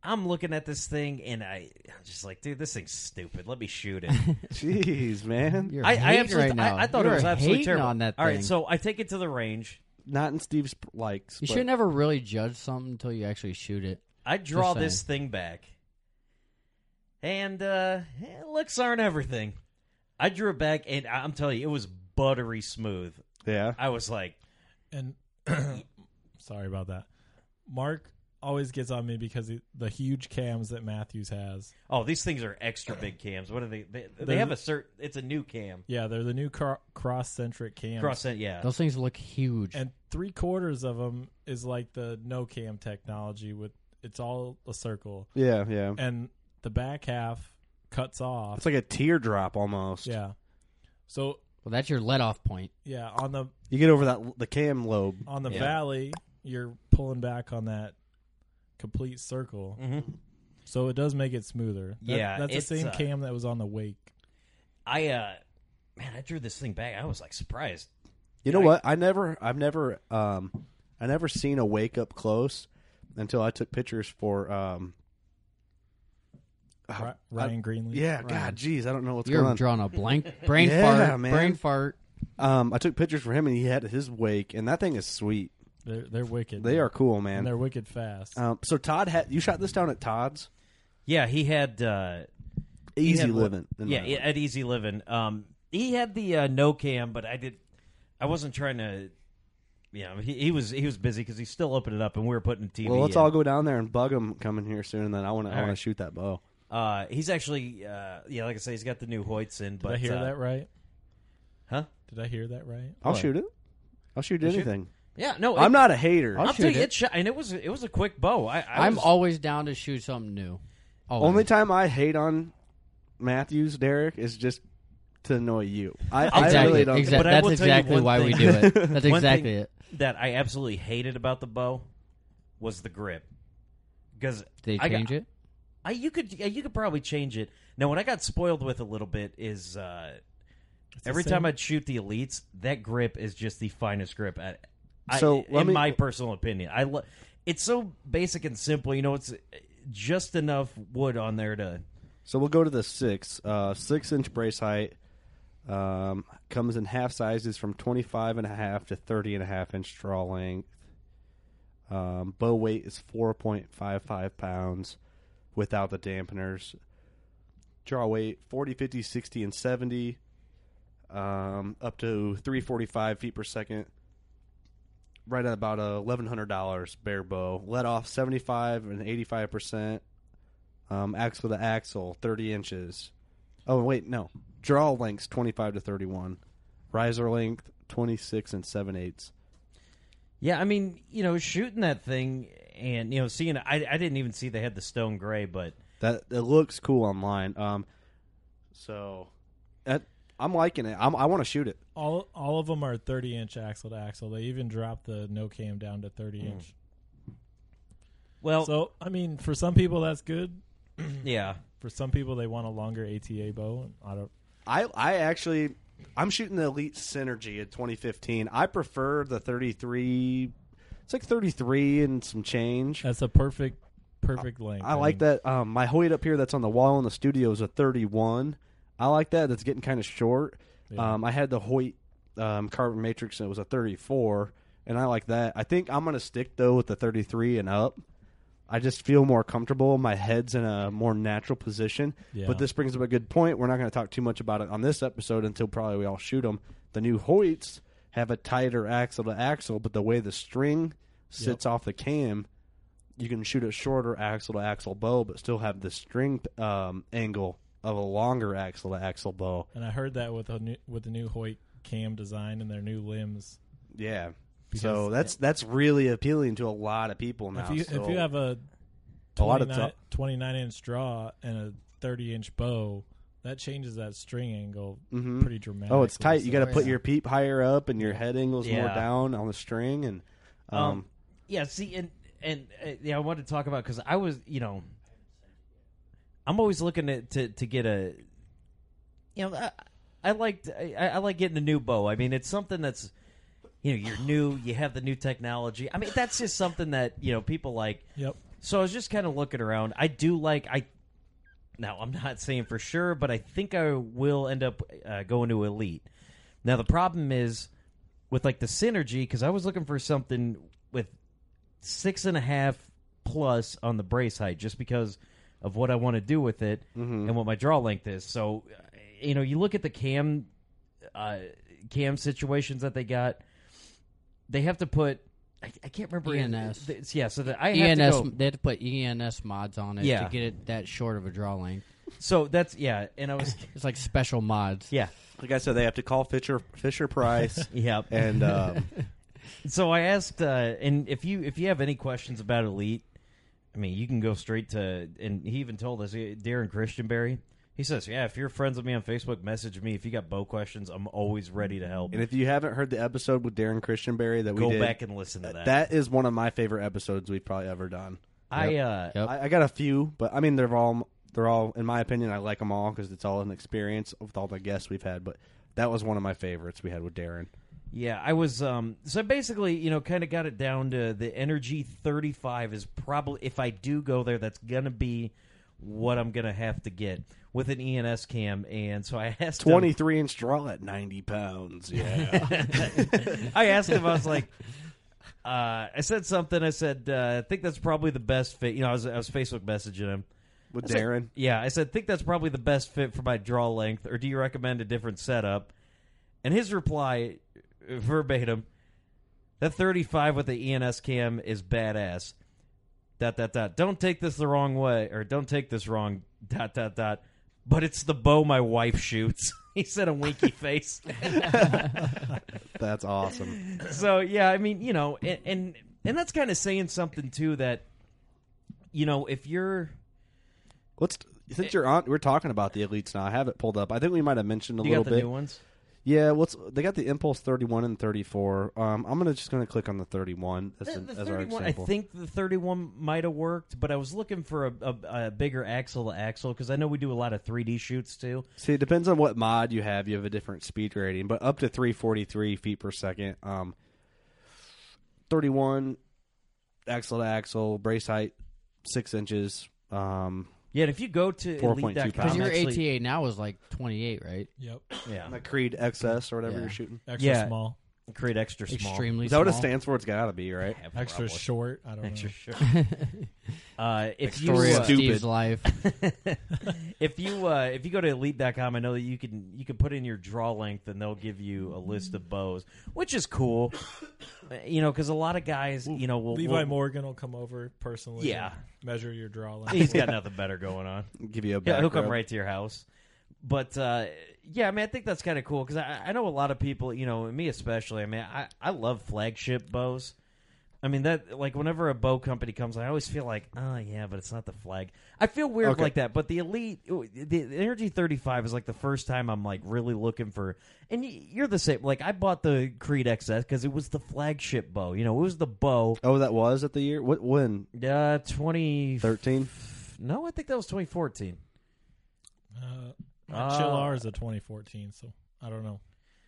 [SPEAKER 7] I'm looking at this thing and I, I'm just like, dude, this thing's stupid. Let me shoot it.
[SPEAKER 1] Jeez, man.
[SPEAKER 8] You're
[SPEAKER 7] I, I
[SPEAKER 8] hating
[SPEAKER 7] absolutely,
[SPEAKER 8] right now.
[SPEAKER 7] I, I thought
[SPEAKER 8] You're
[SPEAKER 7] it was absolutely
[SPEAKER 8] hating
[SPEAKER 7] terrible.
[SPEAKER 8] on that
[SPEAKER 7] All right,
[SPEAKER 8] thing.
[SPEAKER 7] so I take it to the range.
[SPEAKER 1] Not in Steve's likes.
[SPEAKER 8] you
[SPEAKER 1] but-
[SPEAKER 8] should never really judge something until you actually shoot it.
[SPEAKER 7] I draw
[SPEAKER 8] Just
[SPEAKER 7] this
[SPEAKER 8] saying.
[SPEAKER 7] thing back, and uh, eh, looks aren't everything. I drew it back, and I- I'm telling you, it was buttery smooth.
[SPEAKER 1] Yeah.
[SPEAKER 7] I was like,
[SPEAKER 3] And sorry about that. Mark always gets on me because he, the huge cams that Matthews has.
[SPEAKER 7] Oh, these things are extra big cams. What are they? They, they
[SPEAKER 3] They're-
[SPEAKER 7] have a cert. It's a new cam.
[SPEAKER 3] Yeah, they're the new car, cross-centric cams.
[SPEAKER 7] Cross it, yeah.
[SPEAKER 8] Those things look huge.
[SPEAKER 3] and three quarters of them is like the no cam technology with it's all a circle
[SPEAKER 1] Yeah, yeah.
[SPEAKER 3] and the back half cuts off
[SPEAKER 1] It's like a teardrop almost.
[SPEAKER 3] yeah so
[SPEAKER 8] well, that's your let off point.
[SPEAKER 3] yeah on the
[SPEAKER 1] You get over that the cam lobe.
[SPEAKER 3] on the
[SPEAKER 7] Yeah.
[SPEAKER 3] valley you're pulling back on that complete circle
[SPEAKER 7] Mhm.
[SPEAKER 3] so it does make it smoother That-
[SPEAKER 7] Yeah,
[SPEAKER 3] that's
[SPEAKER 7] it's,
[SPEAKER 3] the same
[SPEAKER 7] uh,
[SPEAKER 3] cam that was on the wake
[SPEAKER 7] I uh, man, I drew this thing back. I was like surprised.
[SPEAKER 1] You know what? I never I've never um I never seen a wake up close until I took pictures for um
[SPEAKER 3] Ri- ryan greenlee
[SPEAKER 1] uh, yeah, god jeez, I don't know what's
[SPEAKER 8] You're
[SPEAKER 1] going on.
[SPEAKER 8] drawing a blank brain
[SPEAKER 1] Yeah,
[SPEAKER 8] fart.
[SPEAKER 1] man.
[SPEAKER 8] Brain fart.
[SPEAKER 1] Um I took pictures for him and he had his wake and that thing is sweet.
[SPEAKER 3] They're they're wicked.
[SPEAKER 1] They are cool, man.
[SPEAKER 3] And they're wicked fast.
[SPEAKER 1] Um, so Todd, had, you shot this down at Todd's.
[SPEAKER 7] Yeah, he had uh, he
[SPEAKER 1] Easy
[SPEAKER 7] had what-
[SPEAKER 1] Living in
[SPEAKER 7] Yeah,
[SPEAKER 1] that
[SPEAKER 7] yeah, at Easy Living. Um, he had the uh, no cam, but I did. I wasn't trying to. Yeah, he, he was he was busy because he still opened it up, and we were putting a TV.
[SPEAKER 1] well, let's
[SPEAKER 7] in.
[SPEAKER 1] all go down there and bug him coming here soon. And then I want to I
[SPEAKER 7] All
[SPEAKER 1] want to
[SPEAKER 7] right.
[SPEAKER 1] shoot that bow.
[SPEAKER 7] Uh, he's actually, uh, yeah, like I say, he's got the new Hoyts in. But
[SPEAKER 3] Did I hear
[SPEAKER 7] uh,
[SPEAKER 3] that right?
[SPEAKER 7] Huh?
[SPEAKER 3] Did I hear that right?
[SPEAKER 1] I'll shoot it. I'll shoot
[SPEAKER 3] You shoot-
[SPEAKER 1] anything.
[SPEAKER 7] Yeah, no,
[SPEAKER 1] I'm
[SPEAKER 7] it-
[SPEAKER 1] not a hater.
[SPEAKER 7] I'll, tell you, it. shot, and it was it was a quick bow. I, I
[SPEAKER 8] I'm
[SPEAKER 7] was-
[SPEAKER 8] always down to shoot something new. Always.
[SPEAKER 1] Only time I hate on Matthews, Derek, is just to annoy you. I, I
[SPEAKER 8] Exactly.
[SPEAKER 1] really don't.
[SPEAKER 8] Exact-
[SPEAKER 7] But I
[SPEAKER 8] that's
[SPEAKER 7] will tell you
[SPEAKER 8] exactly
[SPEAKER 7] one
[SPEAKER 8] why we
[SPEAKER 7] thing-
[SPEAKER 8] do it. That's
[SPEAKER 7] one
[SPEAKER 8] exactly
[SPEAKER 7] thing
[SPEAKER 8] it.
[SPEAKER 7] That I absolutely hated about the bow was the grip because
[SPEAKER 8] They
[SPEAKER 7] I got-
[SPEAKER 8] change it?
[SPEAKER 7] I you could yeah, you could probably change it. Now what I got spoiled with a little bit is uh,
[SPEAKER 3] the
[SPEAKER 7] every
[SPEAKER 3] same.
[SPEAKER 7] time I'd shoot the elites, that grip is just the finest grip. I, I,
[SPEAKER 1] So, let
[SPEAKER 7] in
[SPEAKER 1] me-
[SPEAKER 7] my personal opinion, I lo- it's so basic and simple. You know, it's just enough wood on there to.
[SPEAKER 1] So we'll go to the six. Uh, six inch brace height um, comes in half sizes from 25 and a half to 30 and a half inch draw length. Um, bow weight is 4.55 pounds without the dampeners. Draw weight 40, 50, 60, and 70. Um, up to 345 feet per second. Right at about uh, $1,100 bare bow. Let off 75 and 85% um, axle to axle, 30 inches. Oh, wait, no. Draw lengths 25 to 31. Riser length 26 and 7 eighths.
[SPEAKER 7] Yeah, I mean, you know, shooting that thing and you know, seeing I I didn't even see they had the stone gray, but
[SPEAKER 1] That it looks cool online. Um, so that, I'm liking it. I'm, I want to shoot it.
[SPEAKER 3] All all of them are thirty inch axle to axle. They even dropped the no cam down to thirty inch.
[SPEAKER 7] Well-
[SPEAKER 3] so I mean, for some people that's good.
[SPEAKER 7] yeah.
[SPEAKER 3] For some people, they want a longer ATA bow. I don't.
[SPEAKER 1] I I actually I'm shooting the Elite Synergy in 2015. I prefer the 33. It's like 33 and some change.
[SPEAKER 3] That's a perfect perfect length.
[SPEAKER 1] I like that. Um, my Hoyt up here that's on the wall in the studio is a 31. I like that. That's getting kind of short.
[SPEAKER 3] Yeah.
[SPEAKER 1] Um, I had the Hoyt um, carbon matrix and it was a 34, and I like that. I think I'm going to stick though with the 33 and up. I just feel more comfortable. My head's in a more natural position.
[SPEAKER 3] Yeah.
[SPEAKER 1] But this brings up a good point. We're not going to talk too much about it on this episode until probably we all shoot them. The new Hoyts have a tighter axle to axle, but the way the string sits off the cam, you can shoot a shorter axle to axle bow, but still have the string um, angle of a longer axle to axle bow.
[SPEAKER 3] And I heard that with a new, with the new Hoyt cam design and their new limbs.
[SPEAKER 1] Yeah. so
[SPEAKER 3] Because-
[SPEAKER 1] that's that's really appealing to a lot of people now.
[SPEAKER 3] If you
[SPEAKER 1] so
[SPEAKER 3] if you have a
[SPEAKER 1] A lot of
[SPEAKER 3] 29,
[SPEAKER 1] t-
[SPEAKER 3] 29 inch draw and a thirty inch bow, that changes that string angle
[SPEAKER 1] Mhm.
[SPEAKER 3] pretty dramatically.
[SPEAKER 1] oh, it's tight. You
[SPEAKER 3] So
[SPEAKER 1] got to
[SPEAKER 3] it's-
[SPEAKER 1] put your peep higher up and your head angles more
[SPEAKER 7] Yeah.
[SPEAKER 1] down on the string and um,
[SPEAKER 7] Um, yeah, see, and and uh, yeah, I wanted to talk about because I was, you know, I'm always looking to to, to get a, you know, I, I liked I, I like getting a new bow. I mean, it's something that's, you know, you're new, you have the new technology. I mean, that's just something that you know people like.
[SPEAKER 3] Yep.
[SPEAKER 7] So I was just kind of looking around. I do like I. Now I'm not saying for sure, but I think I will end up uh, going to elite. Now the problem is with like the synergy because I was looking for something with six and a half plus on the brace height just because of what I want to do with it and what my draw length is. So uh, you know, you look at the cam uh, cam situations that they got. They have to put. I, I can't remember
[SPEAKER 8] ENS.
[SPEAKER 7] Th- yeah, so that I have
[SPEAKER 8] ENS,
[SPEAKER 7] to go.
[SPEAKER 8] E they had to put ENS mods on it
[SPEAKER 7] Yeah.
[SPEAKER 8] to get it that short of a draw length.
[SPEAKER 7] So that's yeah, and I was
[SPEAKER 8] It's like special mods.
[SPEAKER 7] yeah,
[SPEAKER 1] like I said, they have to call Fisher Fisher Price.
[SPEAKER 7] Yep.
[SPEAKER 1] and um,
[SPEAKER 7] So I asked, uh, and if you if you have any questions about Elite, I mean, you can go straight to, and he even told us, eh, Darren Christianberry. He says, "Yeah, if you're friends with me on Facebook, message me. If you got bow questions, I'm always ready to help."
[SPEAKER 1] and if you haven't heard the episode with Darren Christianberry that we
[SPEAKER 7] Go
[SPEAKER 1] did,
[SPEAKER 7] back and listen to
[SPEAKER 1] uh,
[SPEAKER 7] that.
[SPEAKER 1] That is one of my favorite episodes we've probably ever done.
[SPEAKER 7] I, uh,
[SPEAKER 8] Yep.
[SPEAKER 1] I, I got a few, but I mean they're all they're all in my opinion I like them all because it's all an experience with all the guests we've had. But that was one of my favorites we had with Darren.
[SPEAKER 7] Yeah, I was. Um, so basically, you know, kind of got it down to the energy 35 is probably, if I do go there, that's going to be what I'm going to have to get with an ENS cam. And so I asked him-
[SPEAKER 1] Twenty three inch draw at ninety pounds. Yeah,
[SPEAKER 7] I asked him, I was like, Uh, I said something. I said, uh, I think that's probably the best fit. You know, I was, I was Facebook messaging him.
[SPEAKER 1] With
[SPEAKER 7] I said-
[SPEAKER 1] Darren?
[SPEAKER 7] yeah, I said, think that's probably the best fit for my draw length, or do you recommend a different setup? And his reply, uh, verbatim, that 35 with the ENS cam is badass. Dot, dot, dot. Don't take this the wrong way, or don't take this wrong, dot, dot, dot. But it's the bow my wife shoots. he said a winky face.
[SPEAKER 1] That's awesome.
[SPEAKER 7] so yeah, I mean, you know, and and, and that's kind of saying something too that you know, if you're
[SPEAKER 1] Let's since you're on, we're talking about the elites now. I have it pulled up. I think we might have mentioned a
[SPEAKER 7] You got
[SPEAKER 1] little
[SPEAKER 7] the
[SPEAKER 1] bit.
[SPEAKER 7] new ones?
[SPEAKER 1] Yeah, what's they got the impulse thirty one and thirty four. Um, I'm gonna just gonna click on the thirty one as,
[SPEAKER 7] the,
[SPEAKER 1] an,
[SPEAKER 7] the
[SPEAKER 1] as our
[SPEAKER 7] 31 I
[SPEAKER 1] example.
[SPEAKER 7] think the 31 might have worked, but I was looking for a, a, a bigger axle to axle cuz I know we do a lot of 3D shoots too.
[SPEAKER 1] See, it depends on what mod you have. You have a different speed rating, but up to 343 feet per second. Um, 31 axle to axle, brace height six inches. Um,
[SPEAKER 7] Yeah, and if you go to
[SPEAKER 1] 4.2
[SPEAKER 7] elite.com,
[SPEAKER 1] pounds.
[SPEAKER 8] Your
[SPEAKER 7] actually-
[SPEAKER 8] ATA now is like 28, right?
[SPEAKER 3] Yep.
[SPEAKER 7] Yeah.
[SPEAKER 1] The Creed XS or whatever
[SPEAKER 8] Yeah.
[SPEAKER 1] you're shooting.
[SPEAKER 3] Extra
[SPEAKER 7] Yeah.
[SPEAKER 3] small.
[SPEAKER 7] Create extra small.
[SPEAKER 8] Extremely
[SPEAKER 1] Is that what it
[SPEAKER 8] small.
[SPEAKER 1] stands for? It's got to be right.
[SPEAKER 3] Extra
[SPEAKER 7] Probably.
[SPEAKER 3] short. I don't
[SPEAKER 7] Extra
[SPEAKER 3] know.
[SPEAKER 7] short. uh, if you
[SPEAKER 8] Story
[SPEAKER 7] uh,
[SPEAKER 8] of Steve's life.
[SPEAKER 7] if you uh, if you go to elite.com, I know that you can you can put in your draw length and they'll give you a list of bows, which is cool. Uh, you know, because a lot of guys, you know, will
[SPEAKER 3] Levi
[SPEAKER 7] will-
[SPEAKER 3] Morgan will come over personally.
[SPEAKER 7] Yeah.
[SPEAKER 3] and measure your draw length.
[SPEAKER 7] He's got nothing better going on.
[SPEAKER 1] Give you a
[SPEAKER 7] Yeah,
[SPEAKER 1] back
[SPEAKER 7] he'll come
[SPEAKER 1] rub.
[SPEAKER 7] right to your house. But uh, yeah, I mean, I think that's kind of cool because I, I know a lot of people, you know, me especially. I mean, I, I love flagship bows. I mean that like whenever a bow company comes, I always feel like, oh yeah, but it's not the flag. I feel weird
[SPEAKER 1] Okay.
[SPEAKER 7] like that. But the elite, oh, the, the Energy Thirty Five is like the first time I'm like really looking for. And y- you're the same. Like I bought the Creed XS because it was the flagship bow. You know, it was the bow.
[SPEAKER 1] Oh, that was at the year. What when?
[SPEAKER 7] Uh, twenty.
[SPEAKER 1] 13?
[SPEAKER 7] No, I think that was twenty fourteen.
[SPEAKER 3] Uh, my chill
[SPEAKER 7] Uh,
[SPEAKER 3] R is a 2014, so I don't know.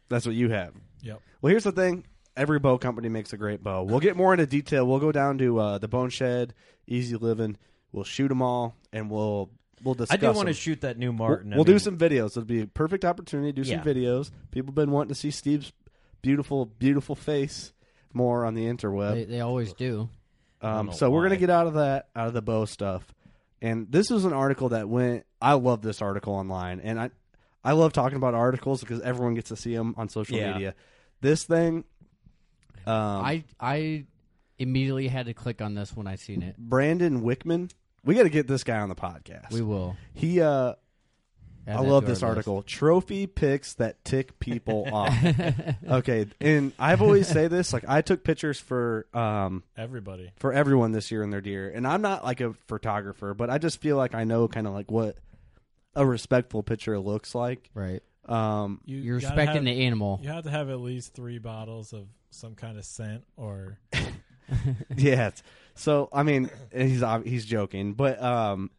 [SPEAKER 1] That's what you have.
[SPEAKER 3] Yep.
[SPEAKER 1] Well, here's the thing. Every bow company makes a great bow. We'll get more into detail. We'll go down to uh, the Bone Shed, Easy Living. We'll shoot them all, and we'll we'll discuss.
[SPEAKER 7] I do want to
[SPEAKER 1] them.
[SPEAKER 7] shoot that new Martin. I
[SPEAKER 1] We'll, we'll do
[SPEAKER 7] mean-
[SPEAKER 1] some videos. It'll be a perfect opportunity to do
[SPEAKER 7] Yeah.
[SPEAKER 1] some videos. People have been wanting to see Steve's beautiful, beautiful face more on the interweb.
[SPEAKER 8] They, they always do.
[SPEAKER 1] Um,
[SPEAKER 7] know
[SPEAKER 1] so we're
[SPEAKER 7] why.
[SPEAKER 1] gonna get out of that, out of the bow stuff. And this was an article that went. I love this article online, and I, I love talking about articles because everyone gets to see them on social
[SPEAKER 7] Yeah.
[SPEAKER 1] media. This thing, um,
[SPEAKER 8] I I immediately had to click on this when I seen it.
[SPEAKER 1] Brandon Wickman. We got to get this guy on the podcast.
[SPEAKER 8] We will.
[SPEAKER 1] He, uh,
[SPEAKER 8] Add
[SPEAKER 1] I love
[SPEAKER 8] that to our
[SPEAKER 1] this
[SPEAKER 8] list.
[SPEAKER 1] article. Trophy picks that tick people off. okay, and I've always say this. Like I took pictures for um,
[SPEAKER 3] Everybody.
[SPEAKER 1] for everyone this year in their deer. And I'm not like a photographer, but I just feel like I know kind of like what a respectful picture looks like.
[SPEAKER 8] Right.
[SPEAKER 1] Um,
[SPEAKER 3] You,
[SPEAKER 8] You're
[SPEAKER 3] gotta
[SPEAKER 8] respecting
[SPEAKER 3] have-
[SPEAKER 8] the animal.
[SPEAKER 3] You have to have at least three bottles of some kind of scent or
[SPEAKER 1] yes. So I mean, and he's ob- he's joking, but um,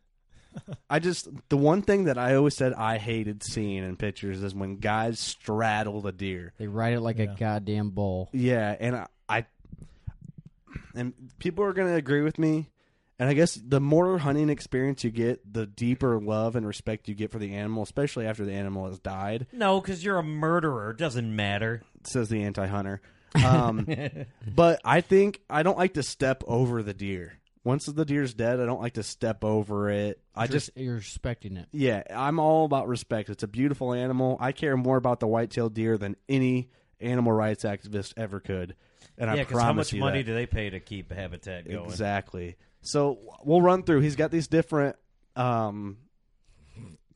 [SPEAKER 1] I just the one thing that I always said I hated seeing in pictures is when guys straddle the deer.
[SPEAKER 8] They ride it like
[SPEAKER 3] Yeah.
[SPEAKER 8] a goddamn bull.
[SPEAKER 1] Yeah, and I, I and people are going to agree with me. And I guess the more hunting experience you get, the deeper love and respect you get for the animal, especially after the animal has died,
[SPEAKER 7] No, because you're a murderer. It doesn't matter.
[SPEAKER 1] says the anti-hunter. Um, but I think I don't like to step over the deer. Once the deer's dead, I don't like to step over it. I just
[SPEAKER 8] you're respecting it.
[SPEAKER 1] yeah, I'm all about respect. It's a beautiful animal. I care more about the white-tailed deer than any animal rights activist ever could. And
[SPEAKER 7] yeah,
[SPEAKER 1] I
[SPEAKER 7] because
[SPEAKER 1] promise
[SPEAKER 7] how much
[SPEAKER 1] you
[SPEAKER 7] money
[SPEAKER 1] that.
[SPEAKER 7] do they pay to keep habitat going?
[SPEAKER 1] Exactly. So we'll run through. He's got these different um,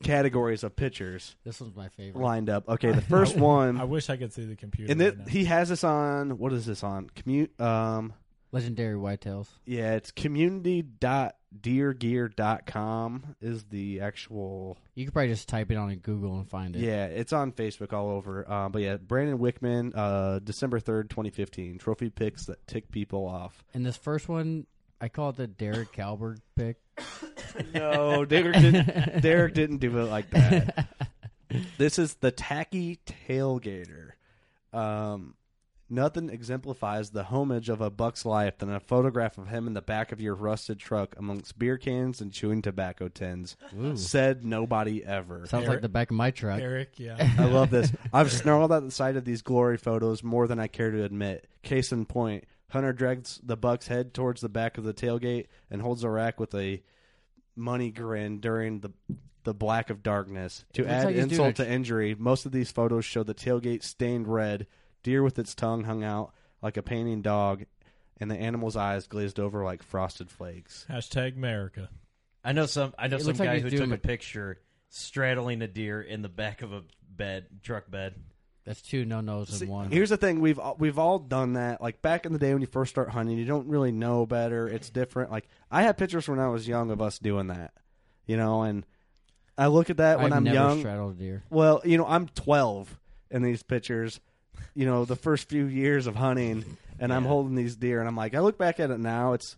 [SPEAKER 1] categories of pictures
[SPEAKER 8] This one's my favorite.
[SPEAKER 1] lined up. Okay, the first one,
[SPEAKER 3] I wish I could see the computer.
[SPEAKER 1] and thi-
[SPEAKER 3] right now.
[SPEAKER 1] he has this on. What is this on? Commute. Um,
[SPEAKER 8] Legendary whitetails.
[SPEAKER 1] yeah, it's community.deergear.com is the actual.
[SPEAKER 8] You could probably just type it on in Google and find it.
[SPEAKER 1] Yeah, it's on Facebook all over. Um, but yeah, Brandon Wickman, uh, December third, twenty fifteen. Trophy picks that tick people off.
[SPEAKER 8] And this first one, I call it the Derek Calvert pick.
[SPEAKER 1] No, Derek didn't, Derek didn't do it like that. This is the tacky tailgater. Um, nothing exemplifies the homage of a buck's life than a photograph of him in the back of your rusted truck amongst beer cans and chewing tobacco tins. Said nobody ever.
[SPEAKER 8] Sounds like the back of my truck.
[SPEAKER 3] Eric, yeah.
[SPEAKER 1] I love this. I've snarled at the sight of these glory photos more than I care to admit. Case in point, Hunter drags the buck's head towards the back of the tailgate and holds the rack with a money grin during the the black of darkness. To
[SPEAKER 8] It looks
[SPEAKER 1] add
[SPEAKER 8] like he's doing
[SPEAKER 1] insult
[SPEAKER 8] a-
[SPEAKER 1] to injury, most of these photos show the tailgate stained red, deer with its tongue hung out like a painting dog, and the animal's eyes glazed over like frosted flakes.
[SPEAKER 3] Hashtag America.
[SPEAKER 7] I know some. I know
[SPEAKER 3] It
[SPEAKER 7] some
[SPEAKER 3] looks like
[SPEAKER 7] guy
[SPEAKER 3] he's
[SPEAKER 7] who
[SPEAKER 3] doing
[SPEAKER 7] took a
[SPEAKER 3] a-
[SPEAKER 7] picture straddling a deer in the back of a bed truck bed.
[SPEAKER 8] That's two no nos
[SPEAKER 1] See,
[SPEAKER 8] in one.
[SPEAKER 1] Here's the thing: we've all- we've all done that. Like back in the day when you first start hunting, you don't really know better. It's different. Like I had pictures when I was young of us doing that, you know. And I look at that when
[SPEAKER 8] I've
[SPEAKER 1] am
[SPEAKER 8] never
[SPEAKER 1] young.
[SPEAKER 8] straddled a deer.
[SPEAKER 1] Well, you know, I'm 12 in these pictures. You know, the first few years of hunting, and I'm holding these deer, and I'm like, I look back at it now. It's,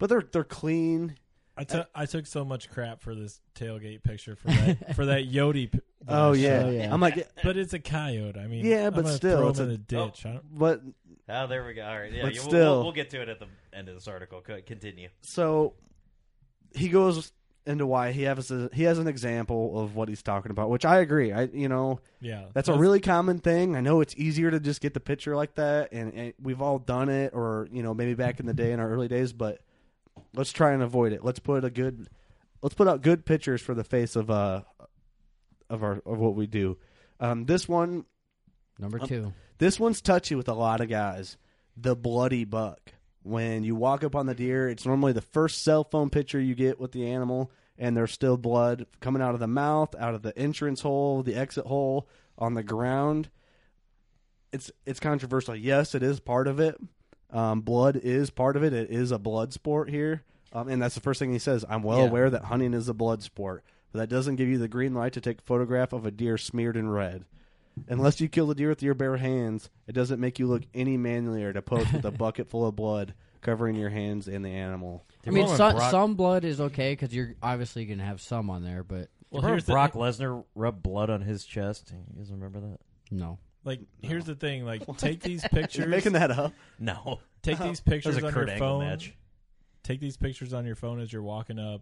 [SPEAKER 1] but they're they're clean.
[SPEAKER 3] I took I took so much crap for this tailgate picture for that for that Yodi. p-
[SPEAKER 1] Oh,
[SPEAKER 3] last
[SPEAKER 1] yeah.
[SPEAKER 3] night.
[SPEAKER 1] I'm like-
[SPEAKER 3] but it's a coyote. I mean,
[SPEAKER 1] yeah,
[SPEAKER 3] I'm
[SPEAKER 1] but
[SPEAKER 3] gonna
[SPEAKER 1] still,
[SPEAKER 3] throw
[SPEAKER 1] it's
[SPEAKER 3] him
[SPEAKER 1] a
[SPEAKER 3] in the ditch. I don't,
[SPEAKER 1] But
[SPEAKER 7] Oh, there we go. All right, yeah,
[SPEAKER 1] But
[SPEAKER 7] you- we'll-
[SPEAKER 1] still-
[SPEAKER 7] we'll, we'll get to it at the end of this article. Co- Continue.
[SPEAKER 1] so he goes into why he has a, he has an example of what he's talking about, which I agree. I you know
[SPEAKER 3] Yeah,
[SPEAKER 1] that's, a
[SPEAKER 3] that's-
[SPEAKER 1] really common thing. I know it's easier to just get the picture like that, and, and we've all done it, or you know maybe back in the day in our early days, but let's try and avoid it. Let's put a good let's put out good pictures for the face of uh of our of what we do. Um, this one
[SPEAKER 8] Number
[SPEAKER 1] um,
[SPEAKER 8] two.
[SPEAKER 1] this one's touchy with a lot of guys. The bloody buck. When you walk up on the deer, it's normally the first cell phone picture you get with the animal, and there's still blood coming out of the mouth, out of the entrance hole, the exit hole, on the ground. It's it's controversial. Yes, it is part of it. Um, blood is part of it. It is a blood sport here, um, and that's the first thing he says. I'm well
[SPEAKER 8] Yeah.
[SPEAKER 1] aware that hunting is a blood sport, but that doesn't give you the green light to take a photograph of a deer smeared in red. Unless you kill the deer with your bare hands, it doesn't make you look any manlier to pose with a bucket full of blood covering your hands and the animal.
[SPEAKER 8] I mean, some, some blood is okay because you're obviously going to have some on there, but
[SPEAKER 7] Well, here's Brock Lesnar rubbed blood on his chest. You guys remember that?
[SPEAKER 8] No.
[SPEAKER 3] Like, here's the thing. Like, take these pictures.
[SPEAKER 1] making that up?
[SPEAKER 7] No.
[SPEAKER 3] Take these
[SPEAKER 7] That was
[SPEAKER 3] pictures
[SPEAKER 7] a
[SPEAKER 3] on
[SPEAKER 7] Kurt
[SPEAKER 3] your
[SPEAKER 7] Angle
[SPEAKER 3] phone.
[SPEAKER 7] match.
[SPEAKER 3] Take these pictures on your phone as you're walking up.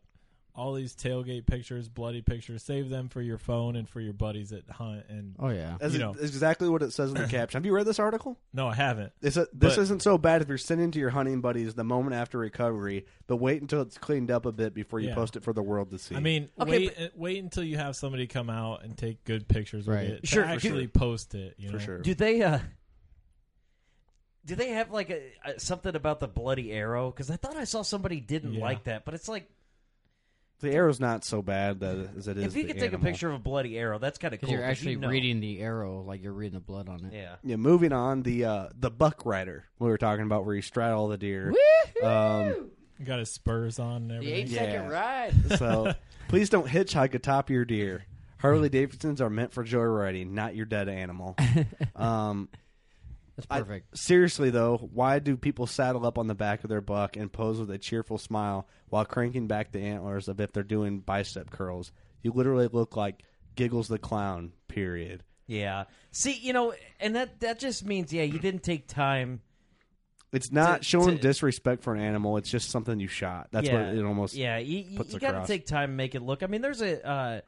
[SPEAKER 3] All these tailgate pictures, bloody pictures. Save them for your phone and for your buddies at hunt. And
[SPEAKER 8] Oh,
[SPEAKER 1] That's
[SPEAKER 3] you know,
[SPEAKER 1] exactly what it says in the caption. Have you read this article?
[SPEAKER 3] no, I haven't.
[SPEAKER 1] This, this
[SPEAKER 3] But-
[SPEAKER 1] isn't so bad if you're sending to your hunting buddies the moment after recovery, but wait until it's cleaned up a bit before you
[SPEAKER 3] Yeah.
[SPEAKER 1] post it for the world to see.
[SPEAKER 3] I mean,
[SPEAKER 7] Okay,
[SPEAKER 3] wait, uh, wait until you have somebody come out and take good pictures
[SPEAKER 1] Right.
[SPEAKER 3] with it. to
[SPEAKER 7] Sure, for
[SPEAKER 3] actually
[SPEAKER 7] sure.
[SPEAKER 3] post it. You
[SPEAKER 1] For
[SPEAKER 3] know?
[SPEAKER 1] sure.
[SPEAKER 7] Do they? uh Do they have like a, a something about the bloody arrow? Because I thought I saw somebody didn't
[SPEAKER 1] Yeah.
[SPEAKER 7] like that, but it's like
[SPEAKER 1] the arrow's not so bad that, as it is.
[SPEAKER 7] if you
[SPEAKER 1] the
[SPEAKER 7] could take
[SPEAKER 1] animal.
[SPEAKER 7] a picture of a bloody arrow, that's kind of cool.
[SPEAKER 8] because you're
[SPEAKER 7] 'cause you
[SPEAKER 8] actually
[SPEAKER 7] know.
[SPEAKER 8] reading the arrow, like you're reading the blood on it.
[SPEAKER 7] Yeah.
[SPEAKER 1] Yeah, moving on the uh, the buck rider we were talking about, where you straddle the deer. Um,
[SPEAKER 3] Got his spurs on and everything.
[SPEAKER 1] eight-second
[SPEAKER 8] ride.
[SPEAKER 1] so please don't hitchhike atop your deer. Harley Davidsons are meant for joyriding, not your dead animal. Um,
[SPEAKER 8] That's
[SPEAKER 1] I-
[SPEAKER 8] perfect.
[SPEAKER 1] seriously though, why do people saddle up on the back of their buck and pose with a cheerful smile while cranking back the antlers of if they're doing bicep curls? You literally look like Giggles the clown. Period.
[SPEAKER 7] Yeah. See, you know, and that that just means yeah, you didn't take time.
[SPEAKER 1] It's not showing disrespect for an animal. It's just something you shot. That's
[SPEAKER 7] yeah,
[SPEAKER 1] what it almost
[SPEAKER 7] Yeah, you, you,
[SPEAKER 1] puts
[SPEAKER 7] you got to
[SPEAKER 1] across.
[SPEAKER 7] take time to make it look. I mean, there's a uh,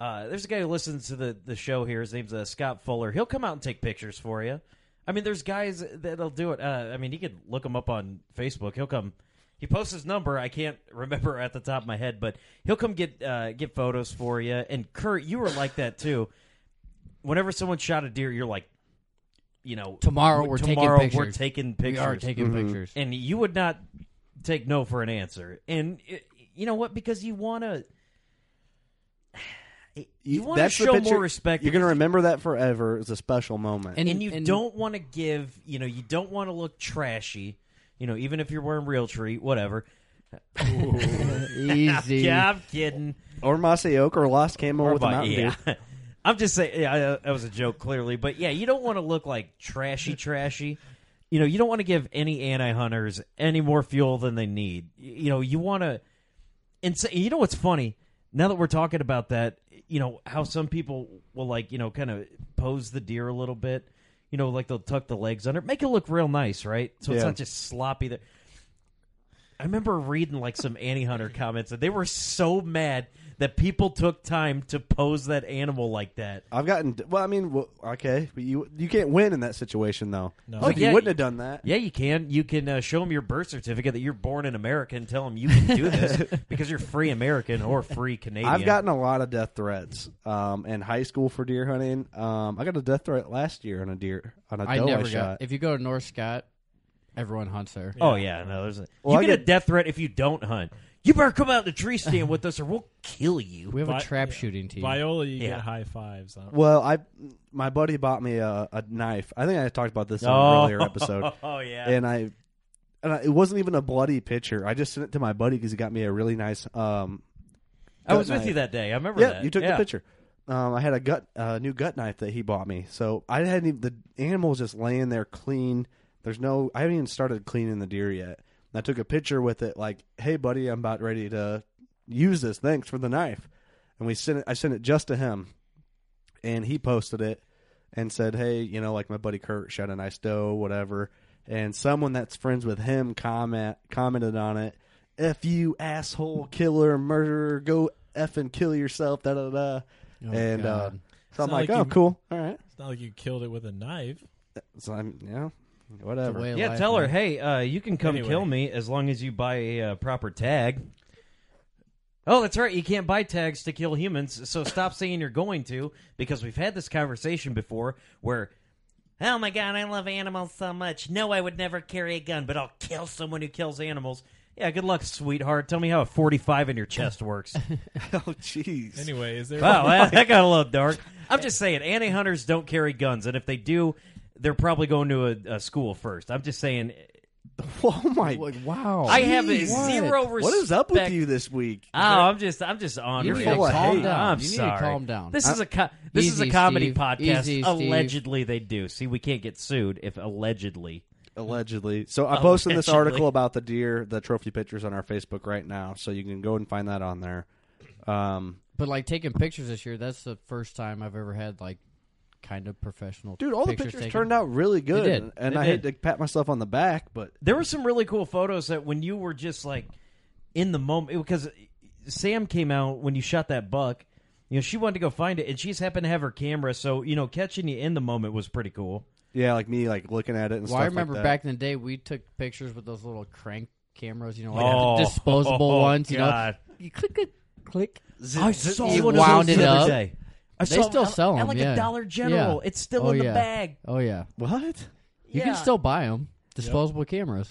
[SPEAKER 7] uh, there's a guy who listens to the the show here. His name's uh, Scott Fuller. He'll come out and take pictures for you. I mean, there's guys that'll do it. Uh, I mean, you could look him up on Facebook. He'll come. He posts his number. I can't remember at the top of my head, but he'll come get uh, get photos for you. And Kurt, you were like that too. Whenever someone shot a deer, you're like, you know,
[SPEAKER 8] Tomorrow we're taking
[SPEAKER 7] tomorrow We're
[SPEAKER 8] pictures.
[SPEAKER 7] taking
[SPEAKER 8] We
[SPEAKER 7] pictures.
[SPEAKER 8] are taking
[SPEAKER 1] Mm-hmm.
[SPEAKER 8] Mhm. pictures.
[SPEAKER 7] And you would not take no for an answer. And uh, you know what? Because you want to. You want to
[SPEAKER 1] That's the
[SPEAKER 7] show
[SPEAKER 1] picture-
[SPEAKER 7] more respect,
[SPEAKER 1] You're going to remember that forever. It's a special moment.
[SPEAKER 7] and, you don't want to give. You know, you don't want to look trashy. You know, even if you're wearing real tree, whatever.
[SPEAKER 8] Easy.
[SPEAKER 7] yeah, I'm kidding.
[SPEAKER 1] or Massey Oak or Lost Camo
[SPEAKER 7] Or
[SPEAKER 1] with a
[SPEAKER 7] by-
[SPEAKER 1] Mountain
[SPEAKER 7] yeah.
[SPEAKER 1] Dew.
[SPEAKER 7] I'm just saying yeah, I- that was a joke, clearly, but yeah, you don't want to look like trashy, trashy. You know, you don't want to give any anti hunters any more fuel than they need. Y- You know, you want to, and so, you know what's funny? Now that we're talking about that, you know how some people will like you know kind of pose the deer a little bit. You know, like they'll tuck the legs under, make it look real nice, right? So it's
[SPEAKER 1] Yeah.
[SPEAKER 7] not just sloppy. There, I remember reading like some anti hunter comments that they were so mad that people took time to pose that animal like that.
[SPEAKER 1] I've gotten well. I mean, well, okay, but you you can't win in that situation though.
[SPEAKER 7] No.
[SPEAKER 1] Like, you wouldn't have done that.
[SPEAKER 7] Yeah, you can. You can uh, show them your birth certificate that you're born in America and tell them you can do this because you're free American or free Canadian.
[SPEAKER 1] I've gotten a lot of death threats um, in high school for deer hunting. Um, I got a death threat last year on a deer on a
[SPEAKER 8] I
[SPEAKER 1] doe
[SPEAKER 8] never
[SPEAKER 1] I
[SPEAKER 8] got.
[SPEAKER 1] shot.
[SPEAKER 8] If you go to North Scott, everyone hunts there.
[SPEAKER 7] Oh yeah, no, there's a,
[SPEAKER 8] Well,
[SPEAKER 7] you
[SPEAKER 8] I
[SPEAKER 7] get, a death threat if you don't hunt. You better come out in the tree stand with us, or we'll kill you.
[SPEAKER 8] We have a
[SPEAKER 3] Vi-
[SPEAKER 8] trap
[SPEAKER 3] yeah.
[SPEAKER 8] shooting team.
[SPEAKER 3] Viola, you
[SPEAKER 7] Yeah.
[SPEAKER 3] get high fives. On.
[SPEAKER 1] Well, I my buddy bought me a, a knife. I think I talked about this in
[SPEAKER 3] Oh.
[SPEAKER 1] an earlier episode.
[SPEAKER 3] Oh, yeah.
[SPEAKER 1] and I and I, it wasn't even a bloody picture. I just sent it to my buddy because he got me a really nice. Um,
[SPEAKER 7] I
[SPEAKER 1] gut
[SPEAKER 7] was with
[SPEAKER 1] knife.
[SPEAKER 7] you that day. I remember
[SPEAKER 1] Yeah,
[SPEAKER 7] that.
[SPEAKER 1] you took
[SPEAKER 7] Yeah.
[SPEAKER 1] the picture. Um, I had a gut uh, new gut knife that he bought me, so I hadn't even the animal was just laying there clean. There's no, I haven't even started cleaning the deer yet. And I took a picture with it, like, "Hey, buddy, I'm about ready to use this. Thanks for the knife." And we sent it. I sent it just to him, and he posted it and said, "Hey, you know, like my buddy Kurt shot a nice doe, whatever." And someone that's friends with him comment commented on it. F you, asshole, killer, murderer, go f and kill yourself. Da da da. and uh,
[SPEAKER 3] God.
[SPEAKER 1] so I'm
[SPEAKER 3] It's not
[SPEAKER 1] like, oh,
[SPEAKER 3] like you-
[SPEAKER 1] cool, all right.
[SPEAKER 3] It's not like you killed it with a knife.
[SPEAKER 1] So I'm yeah, whatever.
[SPEAKER 7] Yeah, tell her, hey, uh, you can come
[SPEAKER 3] Anyway.
[SPEAKER 7] kill me as long as you buy a uh, proper tag. Oh, that's right. You can't buy tags to kill humans, so stop saying you're going to because we've had this conversation before where, oh my god, I love animals so much. No, I would never carry a gun, but I'll kill someone who kills animals. Yeah, good luck, sweetheart. Tell me how a 45 in your chest works.
[SPEAKER 1] oh, jeez.
[SPEAKER 3] Anyway, is there?
[SPEAKER 7] Wow, that, that got a little dark. I'm just saying, anti hunters don't carry guns, and if they do, they're probably going to a, a school first. I'm just saying.
[SPEAKER 1] Oh my!
[SPEAKER 8] wow!
[SPEAKER 7] I have a zero respect.
[SPEAKER 1] What is up with you this week?
[SPEAKER 7] Oh, I'm just, I'm just on.
[SPEAKER 8] You
[SPEAKER 7] right
[SPEAKER 8] need to
[SPEAKER 7] now.
[SPEAKER 8] calm down.
[SPEAKER 7] I'm
[SPEAKER 8] You need to
[SPEAKER 7] sorry.
[SPEAKER 8] calm down.
[SPEAKER 7] This is
[SPEAKER 8] I-
[SPEAKER 7] a co- this is a
[SPEAKER 8] Easy,
[SPEAKER 7] comedy
[SPEAKER 8] Steve.
[SPEAKER 7] podcast.
[SPEAKER 8] Easy, Steve.
[SPEAKER 7] allegedly, they do. See, we can't get sued if allegedly.
[SPEAKER 1] Allegedly. So I'm posting this
[SPEAKER 7] Allegedly.
[SPEAKER 1] article about the deer, the trophy pictures on our Facebook right now, so you can go and find that on there. Um,
[SPEAKER 8] But like taking pictures this year, that's the first time I've ever had like kind of professional.
[SPEAKER 1] dude, all the
[SPEAKER 8] pictures
[SPEAKER 1] pictures
[SPEAKER 8] taken.
[SPEAKER 1] turned out really
[SPEAKER 8] They
[SPEAKER 1] good,
[SPEAKER 8] did.
[SPEAKER 1] and
[SPEAKER 8] They
[SPEAKER 1] I
[SPEAKER 8] did.
[SPEAKER 1] hate to pat myself on the back, but
[SPEAKER 7] There were some really cool photos that when you were just like in the moment because Sam came out when you shot that buck. You know, she wanted to go find it, and she's happened to have her camera, so you know, catching you in the moment was pretty cool.
[SPEAKER 1] yeah, like me, like looking at it and
[SPEAKER 8] Well,
[SPEAKER 1] stuff.
[SPEAKER 8] I remember
[SPEAKER 1] like that.
[SPEAKER 8] back in the day we took pictures with those little crank cameras, you know, like
[SPEAKER 7] Oh,
[SPEAKER 8] the disposable
[SPEAKER 7] oh,
[SPEAKER 8] ones. You know,
[SPEAKER 7] God.
[SPEAKER 8] you click it, click.
[SPEAKER 7] I saw
[SPEAKER 8] you
[SPEAKER 7] one of
[SPEAKER 8] wound
[SPEAKER 7] those
[SPEAKER 8] it
[SPEAKER 7] the other
[SPEAKER 8] up.
[SPEAKER 7] day. I
[SPEAKER 8] they
[SPEAKER 7] saw
[SPEAKER 8] still
[SPEAKER 7] them at-
[SPEAKER 8] sell them
[SPEAKER 7] at like a
[SPEAKER 8] yeah.
[SPEAKER 7] Dollar General.
[SPEAKER 8] Yeah.
[SPEAKER 7] It's still
[SPEAKER 8] Oh,
[SPEAKER 7] in the
[SPEAKER 8] yeah.
[SPEAKER 7] bag.
[SPEAKER 8] Oh yeah,
[SPEAKER 1] What?
[SPEAKER 8] you
[SPEAKER 7] Yeah.
[SPEAKER 8] can still buy them. Disposable cameras.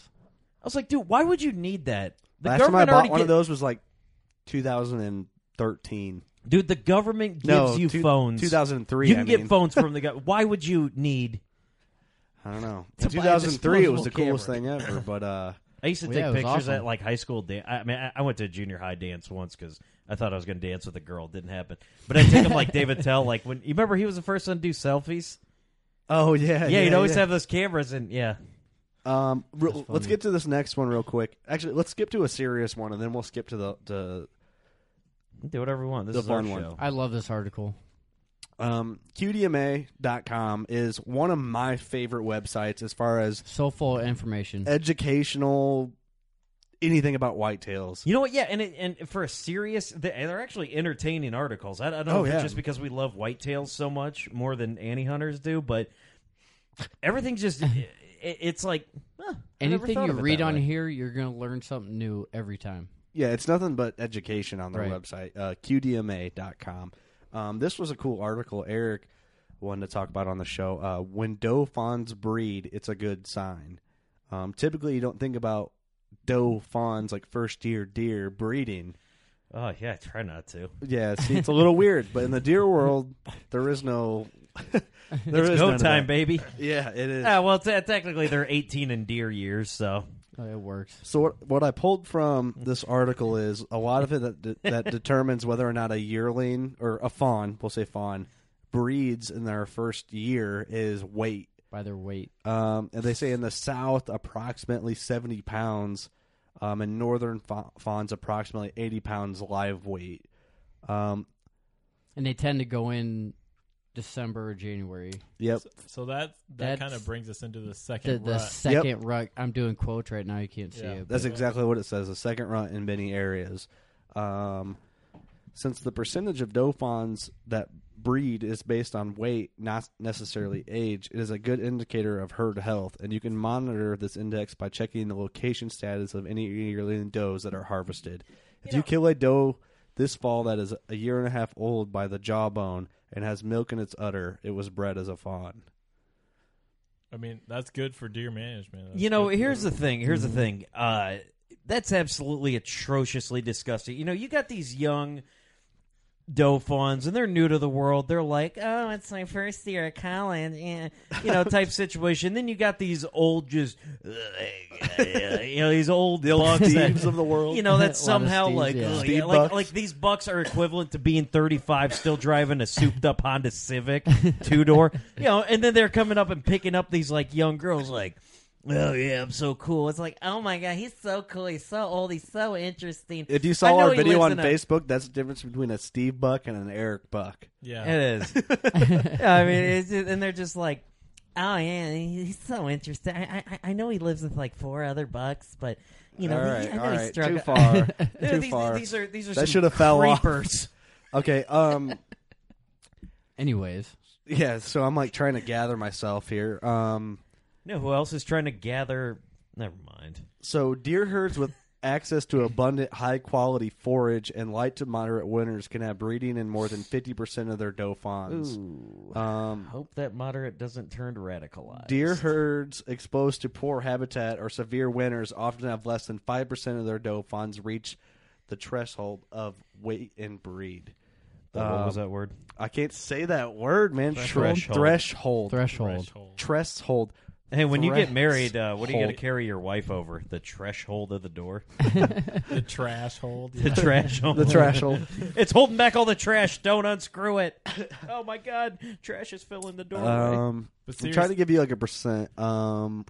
[SPEAKER 7] I was like, dude, why would you need that? The
[SPEAKER 1] Last time I
[SPEAKER 7] government
[SPEAKER 1] bought
[SPEAKER 7] already
[SPEAKER 1] one of
[SPEAKER 7] gi-
[SPEAKER 1] those was like 2013.
[SPEAKER 7] Dude, the government gives
[SPEAKER 1] No,
[SPEAKER 7] you
[SPEAKER 1] two-
[SPEAKER 7] phones.
[SPEAKER 1] 2003,
[SPEAKER 7] You can
[SPEAKER 1] I
[SPEAKER 7] get
[SPEAKER 1] mean.
[SPEAKER 7] phones from the government. Why would you need?
[SPEAKER 1] I don't know.
[SPEAKER 7] To
[SPEAKER 1] In
[SPEAKER 7] buy a
[SPEAKER 1] 2003, it was
[SPEAKER 7] disposable
[SPEAKER 1] the coolest thing ever. But uh,
[SPEAKER 7] I used to
[SPEAKER 1] well,
[SPEAKER 7] take
[SPEAKER 1] yeah, it was
[SPEAKER 7] pictures
[SPEAKER 1] awesome.
[SPEAKER 7] at like high school. Dan- I mean, I- I went to a junior high dance once because I thought I was going to dance with a girl. It didn't happen. But I take them like David Tell. Like when you remember, he was the first one to do selfies.
[SPEAKER 1] Oh yeah,
[SPEAKER 7] yeah.
[SPEAKER 1] yeah,
[SPEAKER 7] he'd always
[SPEAKER 1] yeah.
[SPEAKER 7] have those cameras, and yeah.
[SPEAKER 1] Um, real-
[SPEAKER 7] That's
[SPEAKER 1] let's
[SPEAKER 7] funny.
[SPEAKER 1] get to this next one real quick. Actually, let's skip to a serious one, and then we'll skip to the to
[SPEAKER 7] do whatever we want. This
[SPEAKER 1] the
[SPEAKER 7] is our
[SPEAKER 1] fun one.
[SPEAKER 7] show.
[SPEAKER 8] I love this article.
[SPEAKER 1] Um, QDMA.com is one of my favorite websites as far as
[SPEAKER 8] so full of information,
[SPEAKER 1] educational, anything about whitetails.
[SPEAKER 7] You know what? Yeah, and it, and for a serious, they- and they're actually entertaining articles. I, I don't know
[SPEAKER 1] Oh,
[SPEAKER 7] if it's
[SPEAKER 1] yeah.
[SPEAKER 7] just because we love whitetails so much more than anti hunters do, but everything's just it, it's like huh, I never
[SPEAKER 8] Anything
[SPEAKER 7] thought
[SPEAKER 8] you
[SPEAKER 7] of it
[SPEAKER 8] read
[SPEAKER 7] that
[SPEAKER 8] on
[SPEAKER 7] way.
[SPEAKER 8] here, you're gonna learn something new every time.
[SPEAKER 1] Yeah, it's nothing but education on their
[SPEAKER 8] Right.
[SPEAKER 1] website, uh, QDMA.com. Um, this was a cool article Eric wanted to talk about on the show. Uh, when doe fawns breed, it's a good sign. Um, typically, you don't think about doe fawns like first year deer breeding.
[SPEAKER 7] Oh yeah, I try not to.
[SPEAKER 1] Yeah, see, it's a little weird, but in the deer world, there is no. there
[SPEAKER 7] it's
[SPEAKER 1] is
[SPEAKER 7] go
[SPEAKER 1] none of
[SPEAKER 7] time,
[SPEAKER 1] that.
[SPEAKER 7] baby.
[SPEAKER 1] Yeah, it is.
[SPEAKER 7] Ah, well, te- technically they're eighteen and deer years, so
[SPEAKER 8] Oh, it works.
[SPEAKER 1] So what what I pulled from this article is a lot of it that de- that determines whether or not a yearling or a fawn, we'll say fawn, breeds in their first year is weight.
[SPEAKER 8] By their weight,
[SPEAKER 1] um, and they say in the south approximately seventy pounds, um, and northern fa- fawns approximately eighty pounds live weight. Um,
[SPEAKER 8] and they tend to go in December or January.
[SPEAKER 1] yep.
[SPEAKER 3] So that that
[SPEAKER 8] That's-
[SPEAKER 3] kind of brings us into the
[SPEAKER 8] The,
[SPEAKER 3] second
[SPEAKER 8] the
[SPEAKER 3] rut.
[SPEAKER 8] second rut. I'm doing quotes right now. You can't see
[SPEAKER 3] Yeah.
[SPEAKER 8] it.
[SPEAKER 1] That's
[SPEAKER 8] but-
[SPEAKER 1] exactly what it says. A second run in many areas. Um, since the percentage of dauphins that breed is based on weight, not necessarily age, it is a good indicator of herd health, and you can monitor this index by checking the location status of any yearling does that are harvested. If you kill a doe this fall that is a year and a half old by the jawbone and has milk in its udder, it was bred as a fawn.
[SPEAKER 3] I mean, that's good for deer management. That's
[SPEAKER 7] you know,
[SPEAKER 3] good for-
[SPEAKER 7] here's the thing. Here's the thing. Uh, that's absolutely atrociously disgusting. You know, you got these young doe fawns, and they're new to the world. They're like, oh, it's my first year at college, eh, you know, type situation. Then you got these old, just you know, these old
[SPEAKER 1] old
[SPEAKER 7] bucks that-
[SPEAKER 1] Steves of the world.
[SPEAKER 7] You know,
[SPEAKER 1] A lot
[SPEAKER 7] that
[SPEAKER 1] of
[SPEAKER 7] somehow
[SPEAKER 1] Steves,
[SPEAKER 7] like,
[SPEAKER 1] yeah.
[SPEAKER 7] ugh,
[SPEAKER 1] Steve
[SPEAKER 7] yeah, like
[SPEAKER 1] bucks.
[SPEAKER 7] like these bucks are equivalent to being 35, still driving a souped up Honda Civic two door. You know, and then they're coming up and picking up these like young girls, like. Oh yeah, I'm so cool. It's like, oh my god, he's so cool. He's so old. He's so interesting.
[SPEAKER 1] If you
[SPEAKER 7] I
[SPEAKER 1] saw
[SPEAKER 7] know
[SPEAKER 1] our
[SPEAKER 7] he
[SPEAKER 1] video
[SPEAKER 7] lives
[SPEAKER 1] on
[SPEAKER 7] in a-
[SPEAKER 1] Facebook, that's the difference between a Steve Buck and an Eric Buck.
[SPEAKER 3] Yeah.
[SPEAKER 7] It is. Yeah, I mean, it's just, and they're just like, oh yeah, he's so interesting. I, I I know he lives with like four other bucks, but you know,
[SPEAKER 1] all
[SPEAKER 7] he-
[SPEAKER 1] right,
[SPEAKER 7] I know
[SPEAKER 1] all
[SPEAKER 7] he's
[SPEAKER 1] right,
[SPEAKER 7] struggling.
[SPEAKER 1] too far,
[SPEAKER 7] Yeah,
[SPEAKER 1] too
[SPEAKER 7] these,
[SPEAKER 1] far.
[SPEAKER 7] These are these are
[SPEAKER 1] that
[SPEAKER 7] some
[SPEAKER 1] should have fell
[SPEAKER 7] creepers.
[SPEAKER 1] off. okay, um,
[SPEAKER 8] Anyways,
[SPEAKER 1] yeah. So I'm like trying to gather myself here. Um,
[SPEAKER 7] You know who else is trying to gather? Never mind.
[SPEAKER 1] So deer herds with access to abundant, high quality forage and light to moderate winters can have breeding in more than fifty percent of their dauphins.
[SPEAKER 7] Ooh.
[SPEAKER 1] Um,
[SPEAKER 7] Hope that moderate doesn't turn radicalized.
[SPEAKER 1] Deer herds exposed to poor habitat or severe winters often have less than five percent of their dauphins reach the threshold of weight and breed.
[SPEAKER 7] Uh, What was
[SPEAKER 1] Um,
[SPEAKER 7] that word?
[SPEAKER 1] I can't say that word, man.
[SPEAKER 7] Threshold.
[SPEAKER 1] Threshold.
[SPEAKER 8] Threshold.
[SPEAKER 1] Threshold. Threshold.
[SPEAKER 7] Hey, when you get married, uh, what are you going
[SPEAKER 1] Threshold.
[SPEAKER 7] to carry your wife over? The threshold of the door.
[SPEAKER 3] the trash hold.
[SPEAKER 7] The trash hole.
[SPEAKER 1] The trash hole.
[SPEAKER 7] it's holding back all the trash. Don't unscrew it. Oh my god, trash is filling the doorway.
[SPEAKER 1] Um,
[SPEAKER 3] But
[SPEAKER 1] I'm
[SPEAKER 3] serious-
[SPEAKER 1] trying to give you like a percent. Um,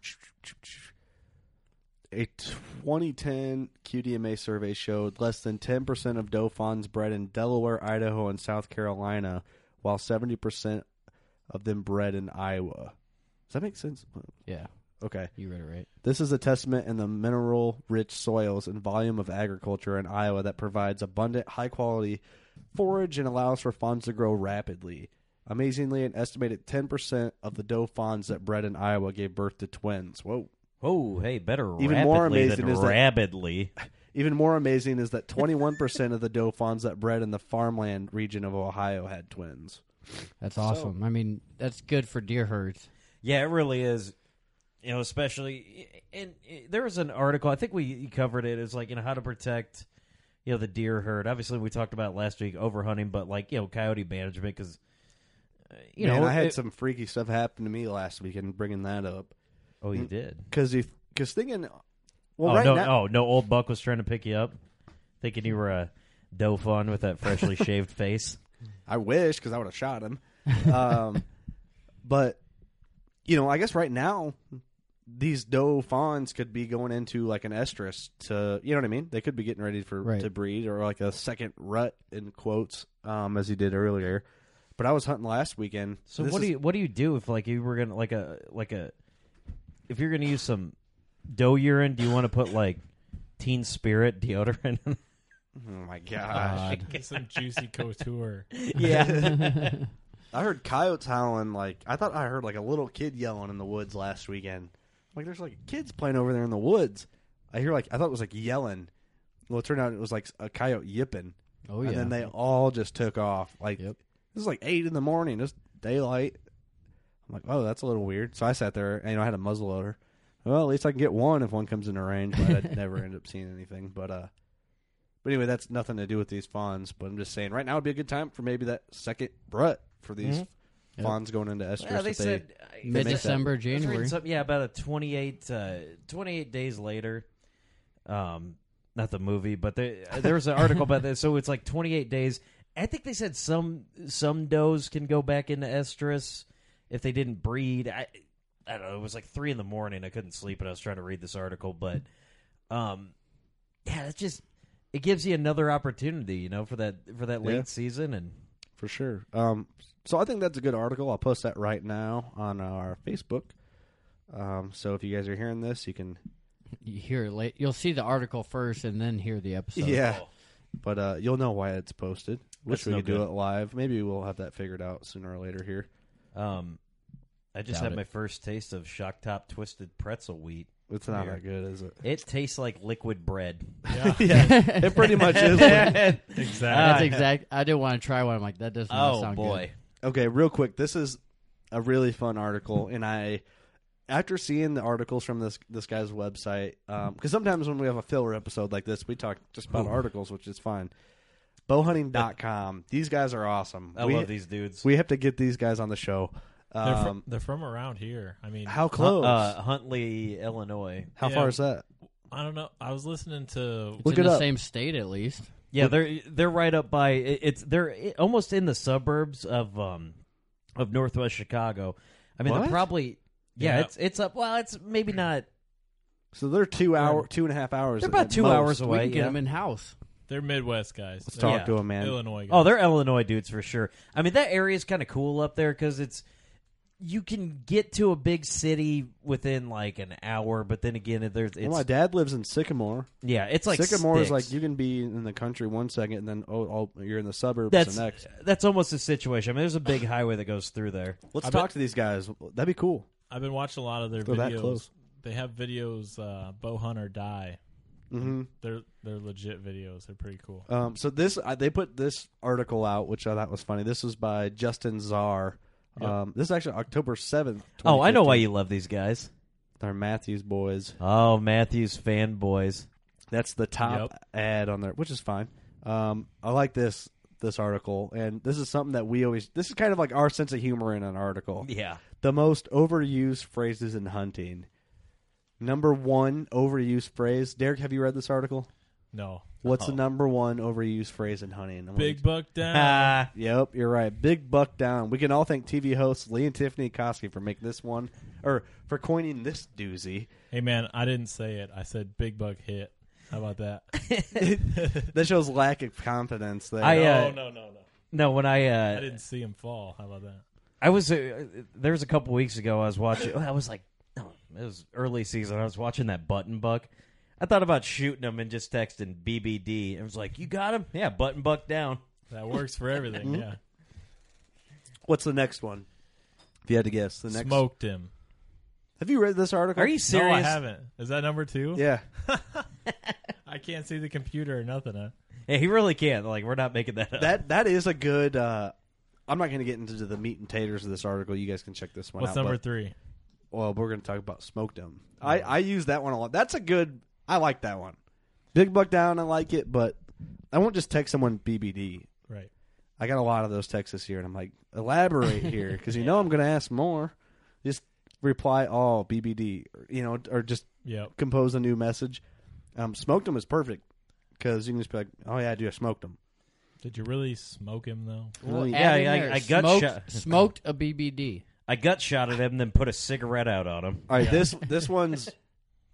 [SPEAKER 1] a 2010 QDMA survey showed less than 10% of dauphins bred in Delaware, Idaho, and South Carolina, while 70% of them bred in Iowa. Does that make sense?
[SPEAKER 8] yeah,
[SPEAKER 1] Okay.
[SPEAKER 8] you read it right.
[SPEAKER 1] This is a testament in the mineral rich soils and volume of agriculture in Iowa that provides abundant, high quality forage and allows for fawns to grow rapidly. Amazingly, an estimated 10% of the doe fawns that bred in Iowa gave birth to twins. Whoa.
[SPEAKER 7] oh, hey, better
[SPEAKER 1] Even
[SPEAKER 7] rapidly
[SPEAKER 1] more amazing
[SPEAKER 7] than
[SPEAKER 1] is that-
[SPEAKER 7] rabidly.
[SPEAKER 1] Even more amazing is that 21% of the doe fawns that bred in the farmland region of Ohio had twins.
[SPEAKER 8] That's awesome. I mean, that's good for deer herds.
[SPEAKER 7] Yeah, it really is. You know, especially and there was an article I think we covered it. It's like you know how to protect you know the deer herd. Obviously, we talked about it last week overhunting, but like you know coyote management because you
[SPEAKER 1] Man,
[SPEAKER 7] know
[SPEAKER 1] I had
[SPEAKER 7] it-
[SPEAKER 1] some freaky stuff happen to me last week and bringing that up.
[SPEAKER 7] Oh, you did.
[SPEAKER 1] Because thinking, well,
[SPEAKER 7] oh
[SPEAKER 1] right
[SPEAKER 7] no!
[SPEAKER 1] now,
[SPEAKER 7] oh no! Old Buck was trying to pick you up, thinking you were a doe fawn with that freshly shaved face.
[SPEAKER 1] I wish because I would have shot him. Um, but you know, I guess right now these doe fawns could be going into like an estrus to you know what I mean. They could be getting ready for
[SPEAKER 8] Right.
[SPEAKER 1] to breed or like a second rut in quotes, um, as you did earlier. But I was hunting last weekend.
[SPEAKER 7] So
[SPEAKER 1] This
[SPEAKER 7] what
[SPEAKER 1] is-
[SPEAKER 7] do you what do you do if like you were gonna like a like a if you're gonna use some doe urine? Do you want to put like Teen Spirit deodorant? in
[SPEAKER 1] Oh my
[SPEAKER 8] Uh,
[SPEAKER 1] gosh!
[SPEAKER 3] some juicy couture.
[SPEAKER 7] yeah.
[SPEAKER 1] I heard coyotes howling like I thought I heard like a little kid yelling in the woods last weekend. Like there's like kids playing over there in the woods. I hear like I thought it was like yelling. Well, it turned out it was like a coyote yipping.
[SPEAKER 8] Oh
[SPEAKER 1] And
[SPEAKER 8] yeah.
[SPEAKER 1] then they all just took off. Like
[SPEAKER 8] Yep.
[SPEAKER 1] this is like eight in the morning, just daylight. I'm like, oh, that's a little weird. So I sat there and you know, I had a muzzle loader. Well, at least I can get one if one comes into range, but I never end up seeing anything. But uh but anyway, that's nothing to do with these fawns. But I'm just saying right now would be a good time for maybe that second rut for these
[SPEAKER 8] Yep.
[SPEAKER 1] fawns going into estrus.
[SPEAKER 7] Well, they
[SPEAKER 1] if they-
[SPEAKER 7] said I-
[SPEAKER 1] make that-
[SPEAKER 8] Mid-December,
[SPEAKER 7] I was reading
[SPEAKER 8] January.
[SPEAKER 7] something- yeah, about a 28, uh, 28 days later. Um, not the movie, but they, uh, there was an article about this. So it's like twenty eight days. I think they said some some does can go back into estrus if they didn't breed. I I don't know. It was like three in the morning. I couldn't sleep, and I was trying to read this article. But um, yeah, it's just it gives you another opportunity, you know, for that for that late
[SPEAKER 1] Yeah.
[SPEAKER 7] season and.
[SPEAKER 1] for sure. Um, so I think that's a good article. I'll post that right now on our Facebook. Um, so if you guys are hearing this, you can
[SPEAKER 8] you hear it late. You'll see the article first, and then hear the episode.
[SPEAKER 1] yeah, But uh, you'll know why it's posted. Wish
[SPEAKER 7] That's
[SPEAKER 1] we
[SPEAKER 7] no
[SPEAKER 1] could do
[SPEAKER 7] good.
[SPEAKER 1] it live. Maybe we'll have that figured out sooner or later here.
[SPEAKER 7] Um, I just
[SPEAKER 1] Doubt
[SPEAKER 7] had
[SPEAKER 1] it.
[SPEAKER 7] my first taste of shock top twisted pretzel wheat.
[SPEAKER 1] It's not that good, is it?
[SPEAKER 7] It tastes like liquid bread.
[SPEAKER 1] Yeah. Yeah, it pretty much is like- Exactly.
[SPEAKER 8] That's exact. I did want to try one. I'm like, that does not
[SPEAKER 1] Oh,
[SPEAKER 8] sound
[SPEAKER 1] boy. Okay, real quick. This is a really fun article, and I, after seeing the articles from this this guy's website, because sometimes when we have a filler episode like this, we talk just about
[SPEAKER 7] Ooh.
[SPEAKER 1] articles, which is fine. Bowhunting.com. These guys are awesome.
[SPEAKER 7] I love these dudes.
[SPEAKER 1] We have to get these guys on the show.
[SPEAKER 3] They're, fr-
[SPEAKER 1] Um,
[SPEAKER 3] they're from around here. I mean,
[SPEAKER 1] How close?
[SPEAKER 7] Uh, Huntley, Illinois.
[SPEAKER 1] How far is that?
[SPEAKER 3] I don't know. I was listening to
[SPEAKER 8] It's Look in it the up. same state at least.
[SPEAKER 7] Yeah,
[SPEAKER 8] Look-
[SPEAKER 7] they're they're right up by it- it's they're i- almost in the suburbs of um of Northwest Chicago. I mean,
[SPEAKER 1] What?
[SPEAKER 7] they're probably yeah,
[SPEAKER 1] Yeah.
[SPEAKER 7] it's it's up. Well, it's maybe not.
[SPEAKER 1] So they're two hour, two and a half hours.
[SPEAKER 7] They're about
[SPEAKER 1] at
[SPEAKER 7] two
[SPEAKER 1] most.
[SPEAKER 7] hours away. yeah.
[SPEAKER 8] in house.
[SPEAKER 3] They're Midwest guys.
[SPEAKER 1] Let's
[SPEAKER 3] They're
[SPEAKER 1] talk to 'em, man.
[SPEAKER 3] Illinois. Guys.
[SPEAKER 7] Oh, they're Illinois dudes for sure. I mean, that area is kind of cool up there because it's you can get to a big city within like an hour, but then again, it- there's it's
[SPEAKER 1] well, my dad lives in Sycamore.
[SPEAKER 7] Yeah, it's like
[SPEAKER 1] Sycamore is
[SPEAKER 7] sticks.
[SPEAKER 1] like you can be in the country one second, and then oh, oh you're in the suburbs
[SPEAKER 7] that's
[SPEAKER 1] the next.
[SPEAKER 7] that's almost the situation. I mean, there's a big highway that goes through there.
[SPEAKER 1] Let's talk to these guys. That'd be cool.
[SPEAKER 3] I've been watching a lot of their
[SPEAKER 1] They're that
[SPEAKER 3] videos.
[SPEAKER 1] close.
[SPEAKER 3] They have videos, uh, bow hunt or die.
[SPEAKER 1] Mhm.
[SPEAKER 3] They're they're legit videos. They're pretty cool.
[SPEAKER 1] Um, so this I, they put this article out, which I thought was funny. This was by Justin Czar. Um, this is actually October seventh.
[SPEAKER 7] Oh, I know why you love these guys.
[SPEAKER 1] They're Matthews boys.
[SPEAKER 7] Oh, Matthews fanboys.
[SPEAKER 1] That's the top ad on there, which is fine. Um, I like this this article, and this is something that we always. This is kind of like our sense of humor in an article.
[SPEAKER 7] Yeah.
[SPEAKER 1] The most overused phrases in hunting. Number one overused phrase. Derek, have you read this article?
[SPEAKER 3] No.
[SPEAKER 1] What's
[SPEAKER 3] Oh.
[SPEAKER 1] the number one overused phrase in hunting? I'm
[SPEAKER 3] Big
[SPEAKER 1] gonna-
[SPEAKER 3] buck down.
[SPEAKER 1] yep, you're right. Big buck down. We can all thank TV hosts Lee and Tiffany Kosky for making this one, or for coining this doozy.
[SPEAKER 3] Hey man, I didn't say it. I said big buck hit. How about that?
[SPEAKER 1] that shows lack of confidence there.
[SPEAKER 7] I, uh,
[SPEAKER 3] oh, no, no, no.
[SPEAKER 7] No, when I
[SPEAKER 3] I
[SPEAKER 7] uh,
[SPEAKER 3] didn't see him fall. How about that?
[SPEAKER 7] I was uh, there was a couple weeks ago I was watching. I was like, no, it was early season. I was watching that button buck. I thought about shooting him and just texting BBD. I was like, you got him? Yeah, button buck down.
[SPEAKER 3] That works for
[SPEAKER 1] Mm-hmm.
[SPEAKER 3] everything. yeah.
[SPEAKER 1] What's the next one? If you had to guess, the next
[SPEAKER 3] Smoked him.
[SPEAKER 1] Have you read this article?
[SPEAKER 3] No, I haven't. Is that number two?
[SPEAKER 1] Yeah.
[SPEAKER 3] I can't see the computer or nothing. Huh?
[SPEAKER 7] Yeah, he really can't. Like we're not making that up.
[SPEAKER 1] That that is a good. Uh, I'm not going to get into the meat and taters of this article. You guys can check this one.
[SPEAKER 3] What's
[SPEAKER 1] out,
[SPEAKER 3] number
[SPEAKER 1] but-
[SPEAKER 3] three?
[SPEAKER 1] Well, we're going to talk about smoked them. I I use that one a lot. That's a good. I like that one. Big buck down. I like it, but I won't just text someone BBD.
[SPEAKER 3] Right.
[SPEAKER 1] I got a lot of those texts this year, and I'm like, elaborate here because you know I'm going to ask more. Just reply "Oh, all BBD, or, you know, or just
[SPEAKER 3] Yep.
[SPEAKER 1] compose a new message. Um, smoked them is perfect because you can just be like, oh yeah, I do. I smoked them.
[SPEAKER 3] Did you really smoke him though?
[SPEAKER 1] Well,
[SPEAKER 8] Add in there, smoked, smoked a BBD.
[SPEAKER 7] I gut shot at him, then put a cigarette out on him.
[SPEAKER 1] All right, this this one's.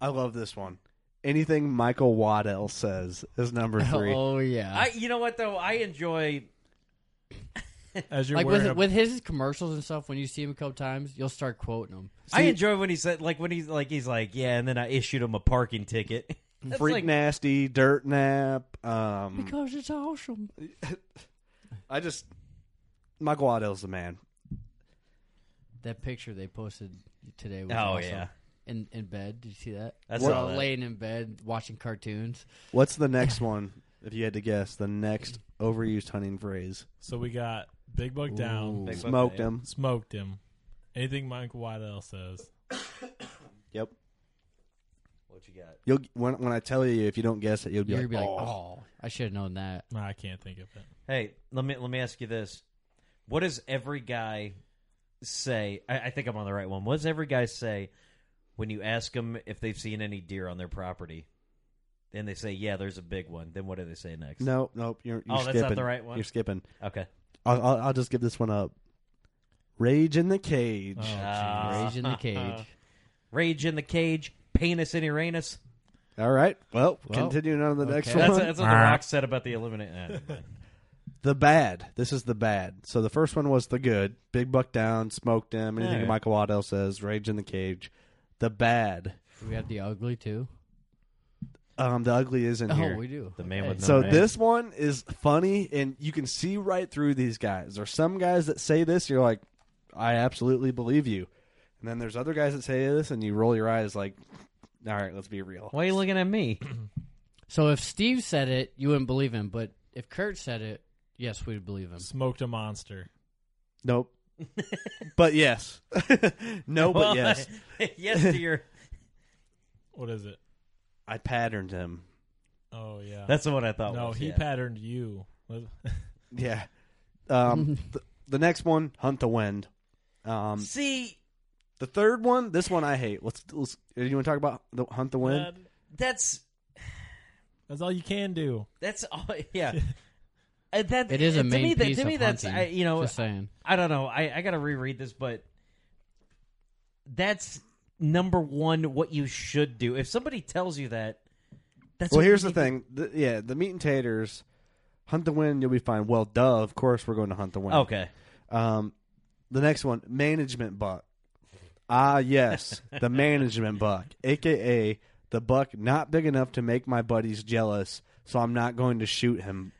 [SPEAKER 1] I love this one. Anything Michael Waddell says is number three.
[SPEAKER 8] Oh yeah.
[SPEAKER 7] I, you know what though? I enjoy.
[SPEAKER 3] As
[SPEAKER 8] like with with his commercials and stuff, when you see him a couple times, you'll start quoting him.
[SPEAKER 7] I enjoy when he said like when he's like he's like yeah, and then I issued him a parking ticket. That's
[SPEAKER 1] freak
[SPEAKER 7] like-
[SPEAKER 1] nasty, dirt nap. Um,
[SPEAKER 8] because it's awesome.
[SPEAKER 1] I just Michael Waddell's the man.
[SPEAKER 8] That picture they posted today was
[SPEAKER 1] Oh,
[SPEAKER 8] awesome.
[SPEAKER 1] yeah.
[SPEAKER 8] In in bed, did you see that?
[SPEAKER 7] I
[SPEAKER 8] That's
[SPEAKER 7] saw that.
[SPEAKER 8] laying in bed watching cartoons.
[SPEAKER 1] What's the next one? If you had to guess, the next overused hunting phrase.
[SPEAKER 3] So we got big buck down.
[SPEAKER 1] Ooh. Big buck Smoked down. him.
[SPEAKER 3] Smoked him. Anything Mike Waddell says.
[SPEAKER 1] Yep.
[SPEAKER 7] What you got?
[SPEAKER 1] You'll when when I tell you, if you don't guess it, you'll be,
[SPEAKER 8] You're
[SPEAKER 1] like,
[SPEAKER 8] gonna be like,
[SPEAKER 1] oh.
[SPEAKER 8] oh, I should have known that.
[SPEAKER 3] Nah, I can't think of it.
[SPEAKER 7] Hey, let me let me ask you this: What does every guy say? I, I think I'm on the right one. What does every guy say when you ask them if they've seen any deer on their property? Then they say, "Yeah, there's a big one." Then what do they say next?
[SPEAKER 1] Nope, nope. You're, you're
[SPEAKER 7] oh,
[SPEAKER 1] skipping.
[SPEAKER 7] that's not the right one.
[SPEAKER 1] You're skipping.
[SPEAKER 7] Okay.
[SPEAKER 1] I'll, I'll, I'll just give this one up. Rage in the cage.
[SPEAKER 7] Ah.
[SPEAKER 8] Oh, Rage in the cage.
[SPEAKER 7] Rage in the cage. Penis in Uranus.
[SPEAKER 1] All right. Well,
[SPEAKER 7] Well,
[SPEAKER 1] continuing on to the next
[SPEAKER 7] That's,
[SPEAKER 1] one.
[SPEAKER 7] that's what The Rock said about the eliminate. ah, never mind.
[SPEAKER 1] The bad. This is the bad. So the first one was the good. Big buck down, smoked him. Anything
[SPEAKER 8] All right.
[SPEAKER 1] Michael Waddell says, rage in the cage. The bad.
[SPEAKER 8] Do we have the ugly too?
[SPEAKER 1] Um, the ugly is in
[SPEAKER 8] Oh,
[SPEAKER 1] here.
[SPEAKER 8] we do.
[SPEAKER 7] The man with no
[SPEAKER 1] so
[SPEAKER 7] name.
[SPEAKER 1] this one is funny, and you can see right through these guys. There's some guys that say this, you're like, I absolutely believe you, and then there's other guys that say this, and you roll your eyes like, all right, let's be real.
[SPEAKER 7] Why are you looking at me?
[SPEAKER 8] So if Steve said it, you wouldn't believe him. But if Kurt said it, yes, we'd believe him.
[SPEAKER 3] Smoked a monster.
[SPEAKER 1] Nope. but yes. no,
[SPEAKER 3] Well,
[SPEAKER 1] but yes.
[SPEAKER 7] yes to your.
[SPEAKER 3] What is it?
[SPEAKER 1] I patterned him.
[SPEAKER 3] Oh yeah,
[SPEAKER 7] That's what I thought
[SPEAKER 3] No,
[SPEAKER 7] was,
[SPEAKER 3] Oh, he
[SPEAKER 7] yeah.
[SPEAKER 3] patterned you.
[SPEAKER 1] Yeah. Um, th- the next one, hunt the wind. Um,
[SPEAKER 7] See,
[SPEAKER 1] the third one, this one I hate. Let's. let's you want to talk about the hunt the
[SPEAKER 7] Uh,
[SPEAKER 1] wind?
[SPEAKER 7] um, That's
[SPEAKER 3] that's all you can do.
[SPEAKER 7] That's all. Yeah. Uh, that,
[SPEAKER 8] It is a
[SPEAKER 7] to
[SPEAKER 8] main
[SPEAKER 7] me, that,
[SPEAKER 8] piece
[SPEAKER 7] to me
[SPEAKER 8] of
[SPEAKER 7] that's
[SPEAKER 8] hunting,
[SPEAKER 7] I, you know
[SPEAKER 8] just saying.
[SPEAKER 7] I don't know I, I gotta reread this but that's number one what you should do if somebody tells you that that's
[SPEAKER 1] well,
[SPEAKER 7] what
[SPEAKER 1] here's
[SPEAKER 7] you
[SPEAKER 1] the thing. Th- yeah, the meat and taters, hunt the wind. You'll be fine. Well, duh. Of course, we're going to hunt the wind.
[SPEAKER 7] Okay.
[SPEAKER 1] Um, the next one, management buck. Ah, yes, the management buck, aka the buck not big enough to make my buddies jealous, so I'm not going to shoot him.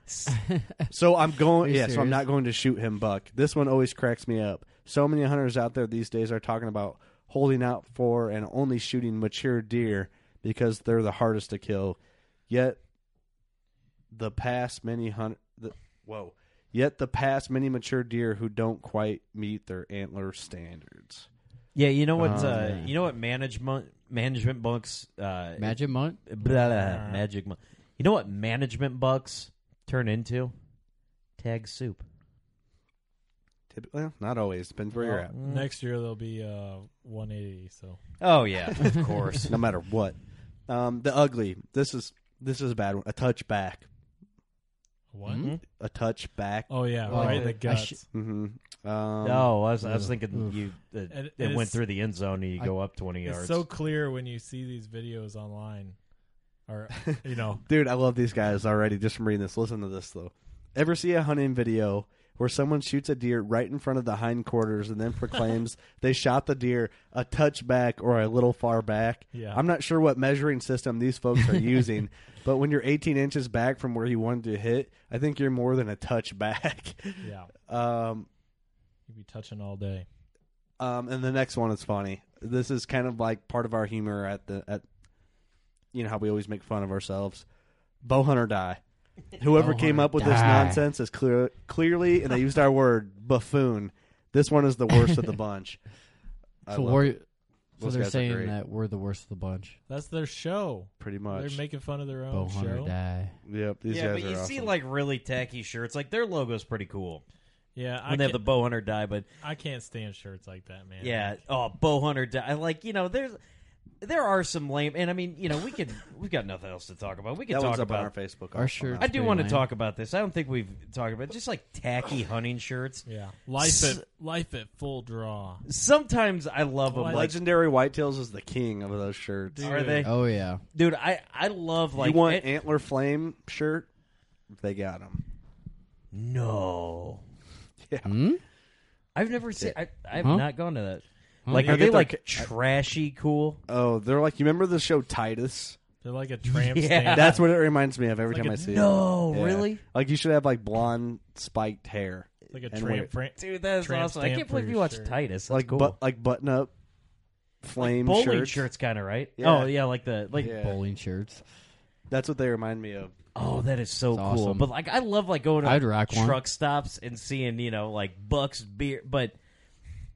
[SPEAKER 1] so I'm
[SPEAKER 8] Are
[SPEAKER 1] going.
[SPEAKER 8] you
[SPEAKER 1] Yeah, so I'm
[SPEAKER 8] serious?
[SPEAKER 1] not going to shoot him. Buck. This one always cracks me up. So many hunters out there these days are talking about holding out for and only shooting mature deer because they're the hardest to kill. Yet the past many hunt the, whoa yet the past many mature deer who don't quite meet their antler standards
[SPEAKER 7] Yeah, you know what?
[SPEAKER 1] Oh,
[SPEAKER 7] uh,
[SPEAKER 1] yeah.
[SPEAKER 7] You know what? Management management bucks. Uh,
[SPEAKER 8] Magic monk?
[SPEAKER 7] Blah, blah, blah, magic monk. You know what? Management bucks turn into tag soup.
[SPEAKER 1] typically well, not always depends where you're
[SPEAKER 3] Well,
[SPEAKER 1] at
[SPEAKER 3] Next year they'll be uh, 180. So
[SPEAKER 7] Oh yeah, of course.
[SPEAKER 1] no matter what um the ugly this is this is a bad one a touchback
[SPEAKER 3] what?
[SPEAKER 1] a touchback
[SPEAKER 3] Oh yeah,
[SPEAKER 8] Oh,
[SPEAKER 3] right in the
[SPEAKER 8] I
[SPEAKER 3] guts.
[SPEAKER 8] sh-
[SPEAKER 1] mm-hmm um,
[SPEAKER 7] no, I was, I was
[SPEAKER 3] Ugh.
[SPEAKER 7] thinking you. Uh,
[SPEAKER 3] It-
[SPEAKER 7] it,
[SPEAKER 3] it
[SPEAKER 7] went
[SPEAKER 3] is-
[SPEAKER 7] through the end zone and you
[SPEAKER 8] I-
[SPEAKER 7] go up twenty yards.
[SPEAKER 3] It's so clear when you see these videos online, or you know,
[SPEAKER 1] Dude, I love these guys already just from reading this. Listen to this though. Ever see a hunting video where someone shoots a deer right in front of the hindquarters and then proclaims they shot the deer a touch back or a little far back?
[SPEAKER 3] Yeah.
[SPEAKER 1] I'm not sure what measuring system these folks are using, but when you're 18 inches back from where you wanted to hit, I think you're more than a touch back.
[SPEAKER 3] yeah,
[SPEAKER 1] Um,
[SPEAKER 3] you be touching all day.
[SPEAKER 1] um, and the next one is funny. This is kind of like part of our humor at the at you know how we always make fun of ourselves. Bow hunter die. Whoever
[SPEAKER 8] Bow
[SPEAKER 1] came
[SPEAKER 8] hunter
[SPEAKER 1] up with this
[SPEAKER 8] die.
[SPEAKER 1] nonsense is clear clearly, and they used our word buffoon. This one is the worst of the bunch. I
[SPEAKER 8] So
[SPEAKER 1] love
[SPEAKER 8] we're
[SPEAKER 1] it,
[SPEAKER 8] so
[SPEAKER 1] Those
[SPEAKER 8] they're
[SPEAKER 1] guys are great.
[SPEAKER 8] saying that we're the worst of the bunch.
[SPEAKER 3] That's their show.
[SPEAKER 1] pretty
[SPEAKER 3] They're
[SPEAKER 1] much.
[SPEAKER 3] making fun of their
[SPEAKER 8] Bow
[SPEAKER 3] own
[SPEAKER 8] hunter
[SPEAKER 3] show.
[SPEAKER 8] die.
[SPEAKER 1] yep, these
[SPEAKER 7] yeah,
[SPEAKER 1] guys
[SPEAKER 7] but you
[SPEAKER 1] are
[SPEAKER 7] see
[SPEAKER 1] awesome.
[SPEAKER 7] like really tacky shirts. Like their logo's pretty cool.
[SPEAKER 3] Yeah, I
[SPEAKER 7] When they have
[SPEAKER 3] can't,
[SPEAKER 7] the bow hunter die, but
[SPEAKER 3] I can't stand shirts like that, man.
[SPEAKER 7] yeah, oh bow hunter die. Like you know, there's there are some lame, and I mean, you know, we could we've got nothing else to talk about. We could
[SPEAKER 1] that
[SPEAKER 7] talk
[SPEAKER 1] one's up
[SPEAKER 7] about
[SPEAKER 1] on our Facebook.
[SPEAKER 8] Our
[SPEAKER 1] also.
[SPEAKER 8] shirts.
[SPEAKER 7] I do
[SPEAKER 8] pretty
[SPEAKER 7] want to
[SPEAKER 8] lame.
[SPEAKER 7] talk about this. I don't think we've talked about just like tacky hunting shirts.
[SPEAKER 3] yeah. Life
[SPEAKER 7] S-
[SPEAKER 3] at life at full draw.
[SPEAKER 7] Sometimes I love them. Like,
[SPEAKER 1] Legendary Whitetails is the king of those shirts.
[SPEAKER 7] are they,
[SPEAKER 8] Oh yeah.
[SPEAKER 7] dude? I I love like
[SPEAKER 1] you want
[SPEAKER 7] it-
[SPEAKER 1] antler flame shirt? They got them.
[SPEAKER 7] no.
[SPEAKER 8] Hmm?
[SPEAKER 7] I've never seen. I, I've
[SPEAKER 8] Huh?
[SPEAKER 7] not gone to that. Like,
[SPEAKER 1] you
[SPEAKER 7] are
[SPEAKER 1] get
[SPEAKER 7] they
[SPEAKER 1] their
[SPEAKER 7] like
[SPEAKER 1] ca-
[SPEAKER 7] trashy cool?
[SPEAKER 1] Oh, they're like you remember the show Titus?
[SPEAKER 3] They're like a tramp
[SPEAKER 7] Yeah.
[SPEAKER 3] stamp.
[SPEAKER 1] That's what it reminds me of every
[SPEAKER 3] Like
[SPEAKER 1] time
[SPEAKER 3] a-
[SPEAKER 1] I see
[SPEAKER 7] No,
[SPEAKER 1] it. Yeah.
[SPEAKER 7] really,
[SPEAKER 1] Like you should have like blonde spiked hair,
[SPEAKER 3] like a
[SPEAKER 1] And when
[SPEAKER 3] tramp.
[SPEAKER 1] it-
[SPEAKER 3] Fran-
[SPEAKER 7] dude. That is
[SPEAKER 3] Tramp
[SPEAKER 7] awesome. I
[SPEAKER 3] stamp
[SPEAKER 7] can't
[SPEAKER 3] for
[SPEAKER 7] believe
[SPEAKER 3] your
[SPEAKER 7] you watched
[SPEAKER 3] shirt.
[SPEAKER 7] Titus. That's
[SPEAKER 1] like
[SPEAKER 7] cool.
[SPEAKER 1] but like button up, flame
[SPEAKER 7] bowling
[SPEAKER 1] shirts.
[SPEAKER 7] shirts, kind of right.
[SPEAKER 1] Yeah.
[SPEAKER 7] Oh yeah, like the like.
[SPEAKER 1] Yeah.
[SPEAKER 8] Bowling shirts.
[SPEAKER 1] That's what they remind me of.
[SPEAKER 7] Oh, that is so
[SPEAKER 8] It's
[SPEAKER 7] cool.
[SPEAKER 8] awesome.
[SPEAKER 7] But like, I love like going to
[SPEAKER 8] I'd
[SPEAKER 7] like,
[SPEAKER 8] rock one.
[SPEAKER 7] truck stops and seeing you know like Bucks beer, but.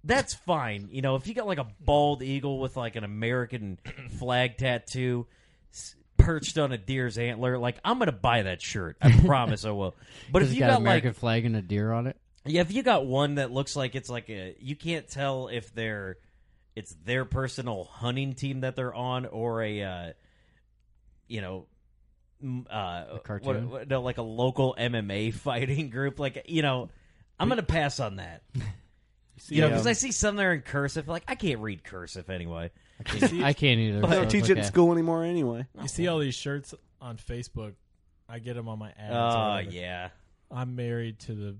[SPEAKER 7] That's fine, you know. If you got like a bald eagle with like an American flag tattoo s- perched on a deer's antler, like I'm gonna buy that shirt. I promise I will. But if
[SPEAKER 8] It's
[SPEAKER 7] you
[SPEAKER 8] got,
[SPEAKER 7] got like
[SPEAKER 8] American flag and a deer on it.
[SPEAKER 7] Yeah, if you got one that looks like it's like a you can't tell if they're it's their personal hunting team that they're on or a uh you know m- uh what-
[SPEAKER 8] cartoon?
[SPEAKER 7] what- no, like a local MMA fighting group like you know I'm going to pass on that. You know,
[SPEAKER 1] Yeah.
[SPEAKER 7] cuz I see some there in cursive like I can't read cursive anyway.
[SPEAKER 8] I can't, I can't either.
[SPEAKER 1] They
[SPEAKER 8] so
[SPEAKER 1] don't
[SPEAKER 8] it's
[SPEAKER 1] teach it in
[SPEAKER 8] okay.
[SPEAKER 1] school anymore anyway.
[SPEAKER 3] You see
[SPEAKER 8] Oh,
[SPEAKER 3] all these shirts on Facebook. I get them on my ads. or
[SPEAKER 7] Oh
[SPEAKER 3] whatever.
[SPEAKER 7] yeah.
[SPEAKER 3] I'm married to the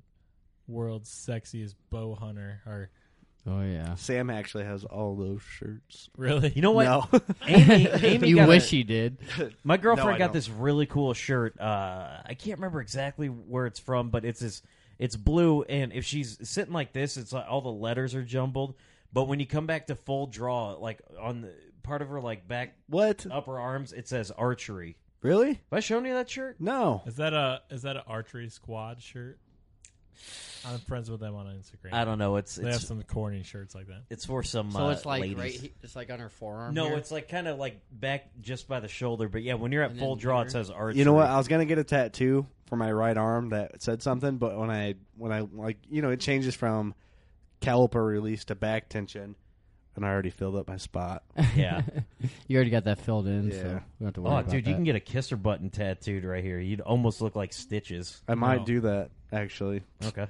[SPEAKER 3] world's sexiest bow hunter or
[SPEAKER 8] Oh yeah.
[SPEAKER 1] Sam actually has all those shirts.
[SPEAKER 3] Really?
[SPEAKER 7] You know what?
[SPEAKER 1] No.
[SPEAKER 7] Amy, Amy
[SPEAKER 8] You
[SPEAKER 7] got
[SPEAKER 8] wish
[SPEAKER 7] a-
[SPEAKER 8] he did.
[SPEAKER 7] My girlfriend
[SPEAKER 1] No, I
[SPEAKER 7] got
[SPEAKER 1] don't.
[SPEAKER 7] this really cool shirt. Uh, I can't remember exactly where it's from, but it's this. It's blue, and if she's sitting like this, it's like all the letters are jumbled. But when you come back to full draw, like on the part of her like back,
[SPEAKER 1] what
[SPEAKER 7] upper arms, it says archery.
[SPEAKER 1] Really?
[SPEAKER 7] Have I shown you that shirt?
[SPEAKER 1] No.
[SPEAKER 3] Is that a is that an archery squad shirt? I'm friends with them on Instagram.
[SPEAKER 7] I don't know. It's
[SPEAKER 3] they have
[SPEAKER 7] it's
[SPEAKER 3] some corny shirts like that.
[SPEAKER 7] it's for some.
[SPEAKER 8] So
[SPEAKER 7] uh,
[SPEAKER 8] it's like
[SPEAKER 7] ladies.
[SPEAKER 8] right, he- it's like on her forearm.
[SPEAKER 7] No,
[SPEAKER 8] here?
[SPEAKER 7] it's like kind of like back just by the shoulder. But yeah, when you're at
[SPEAKER 8] And
[SPEAKER 7] full
[SPEAKER 8] then
[SPEAKER 7] draw,
[SPEAKER 8] here.
[SPEAKER 7] it says archery.
[SPEAKER 1] You know what? I was gonna get a tattoo for my right arm that said something, but when I when I like you know it changes from caliper release to back tension, and I already filled up my spot.
[SPEAKER 7] yeah.
[SPEAKER 8] you already got that filled in, so
[SPEAKER 1] Yeah.
[SPEAKER 8] we don't have to worry
[SPEAKER 7] Oh,
[SPEAKER 8] about
[SPEAKER 7] dude, you
[SPEAKER 8] that.
[SPEAKER 7] can get a kisser button tattooed right here. You'd almost look like stitches.
[SPEAKER 1] I might
[SPEAKER 3] No.
[SPEAKER 1] do that actually.
[SPEAKER 7] Okay.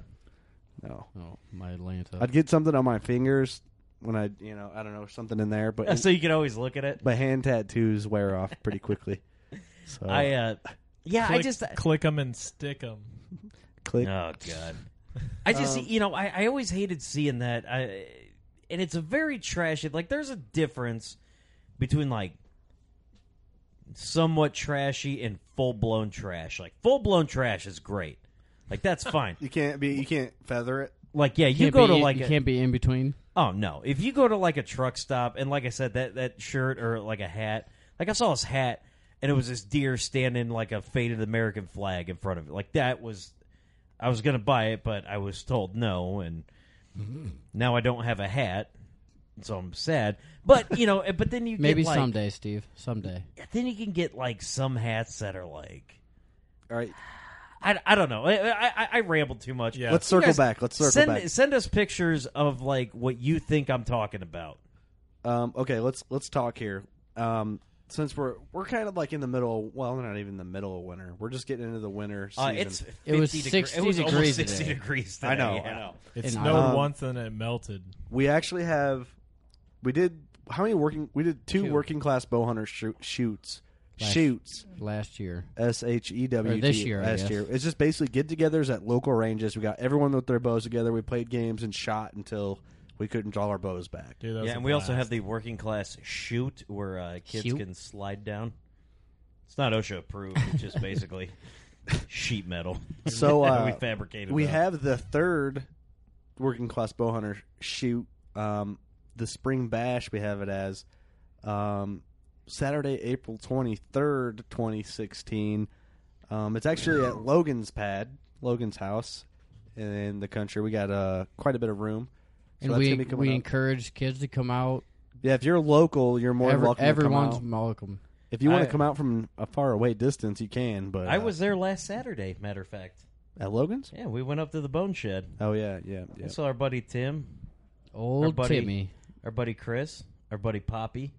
[SPEAKER 1] No,
[SPEAKER 8] Oh, my Atlanta.
[SPEAKER 7] Uh,
[SPEAKER 1] I'd get something on my fingers when I you know I don't know something in there, but
[SPEAKER 7] so you can always look at it.
[SPEAKER 1] my hand tattoos wear off pretty quickly. So
[SPEAKER 7] I uh yeah,
[SPEAKER 3] click,
[SPEAKER 7] I just
[SPEAKER 3] click them and stick them.
[SPEAKER 1] click.
[SPEAKER 7] Oh god. I just
[SPEAKER 1] Um,
[SPEAKER 7] you know, I, I always hated seeing that. I and it's a very trashy like there's a difference between like somewhat trashy and full blown trash. Like full blown trash is great. Like that's fine.
[SPEAKER 1] You can't be. You can't feather it.
[SPEAKER 7] Like yeah, you
[SPEAKER 8] Can't
[SPEAKER 7] go
[SPEAKER 8] be
[SPEAKER 7] to
[SPEAKER 8] in-
[SPEAKER 7] like
[SPEAKER 8] you
[SPEAKER 7] a-
[SPEAKER 8] can't be in between.
[SPEAKER 7] Oh no! If you go to like a truck stop and like I said, that that shirt or like a hat, like I saw his hat, and it was this deer standing like a faded American flag in front of it. Like that was, I was gonna buy it, but I was told no, and
[SPEAKER 1] Mm-hmm.
[SPEAKER 7] now I don't have a hat, so I'm sad. But you know, eh, but then you get,
[SPEAKER 8] Maybe
[SPEAKER 7] like-
[SPEAKER 8] someday, Steve. Someday.
[SPEAKER 7] Then you can get like some hats that are like.
[SPEAKER 1] All right.
[SPEAKER 7] I, I don't know. I, I, I rambled too much.
[SPEAKER 3] Yeah.
[SPEAKER 1] Let's
[SPEAKER 7] You
[SPEAKER 1] circle
[SPEAKER 7] guys
[SPEAKER 1] back. Let's circle
[SPEAKER 7] send,
[SPEAKER 1] back.
[SPEAKER 7] Send us pictures of like what you think I'm talking about.
[SPEAKER 1] Um, okay, let's let's talk here. Um, since we're we're kind of like in the middle. Well, we're not even the middle of winter. We're just getting into the winter season.
[SPEAKER 7] Uh, it's
[SPEAKER 8] It was
[SPEAKER 7] 50
[SPEAKER 8] 60
[SPEAKER 7] it was almost
[SPEAKER 8] degrees
[SPEAKER 7] 60
[SPEAKER 8] today.
[SPEAKER 7] degrees
[SPEAKER 1] I know,
[SPEAKER 7] today,
[SPEAKER 1] I
[SPEAKER 7] yeah.
[SPEAKER 1] know.
[SPEAKER 3] It
[SPEAKER 8] And I-
[SPEAKER 3] snowed
[SPEAKER 1] Um,
[SPEAKER 3] once and it melted.
[SPEAKER 1] we actually have. We did how many working? We did two,
[SPEAKER 8] Two.
[SPEAKER 1] working class bow hunter shoo- shoots.
[SPEAKER 8] Last-
[SPEAKER 1] Shoots.
[SPEAKER 8] Last year.
[SPEAKER 1] S H E W
[SPEAKER 8] Or
[SPEAKER 1] T.
[SPEAKER 8] this year, I
[SPEAKER 1] Last
[SPEAKER 8] guess.
[SPEAKER 1] year. It's just basically get-togethers at local ranges. We got everyone with their bows together. We played games and shot until we couldn't draw our bows back.
[SPEAKER 3] Dude, that was
[SPEAKER 7] Yeah,
[SPEAKER 3] a
[SPEAKER 7] and we also
[SPEAKER 3] blast.
[SPEAKER 7] have the working class shoot where uh, kids
[SPEAKER 8] Shoot?
[SPEAKER 7] can slide down. It's not OSHA approved. It's just basically sheet metal.
[SPEAKER 1] So uh,
[SPEAKER 7] we fabricated.
[SPEAKER 1] We
[SPEAKER 7] that.
[SPEAKER 1] have the third working class bow hunter shoot. Um, the spring bash we have it as um, Saturday, April twenty third, twenty sixteen. Um, it's actually at Logan's pad, Logan's house in the country. We got uh, quite a bit of room. So
[SPEAKER 8] And
[SPEAKER 1] that's
[SPEAKER 8] we
[SPEAKER 1] gonna be coming
[SPEAKER 8] we
[SPEAKER 1] up.
[SPEAKER 8] encourage kids to come out.
[SPEAKER 1] yeah, if you're local, you're more than
[SPEAKER 8] Every-
[SPEAKER 1] welcome.
[SPEAKER 8] everyone's
[SPEAKER 1] to come out.
[SPEAKER 8] welcome.
[SPEAKER 1] if you want
[SPEAKER 7] I-
[SPEAKER 1] to come out from a far away distance, you can. But
[SPEAKER 7] I
[SPEAKER 1] uh,
[SPEAKER 7] was there last Saturday. Matter of fact,
[SPEAKER 1] at Logan's.
[SPEAKER 7] yeah, we went up to the bone shed.
[SPEAKER 1] Oh yeah, yeah, yeah.
[SPEAKER 7] I saw our buddy Tim,
[SPEAKER 8] Old
[SPEAKER 7] buddy-
[SPEAKER 8] Timmy.
[SPEAKER 7] our buddy Chris, our buddy Poppy.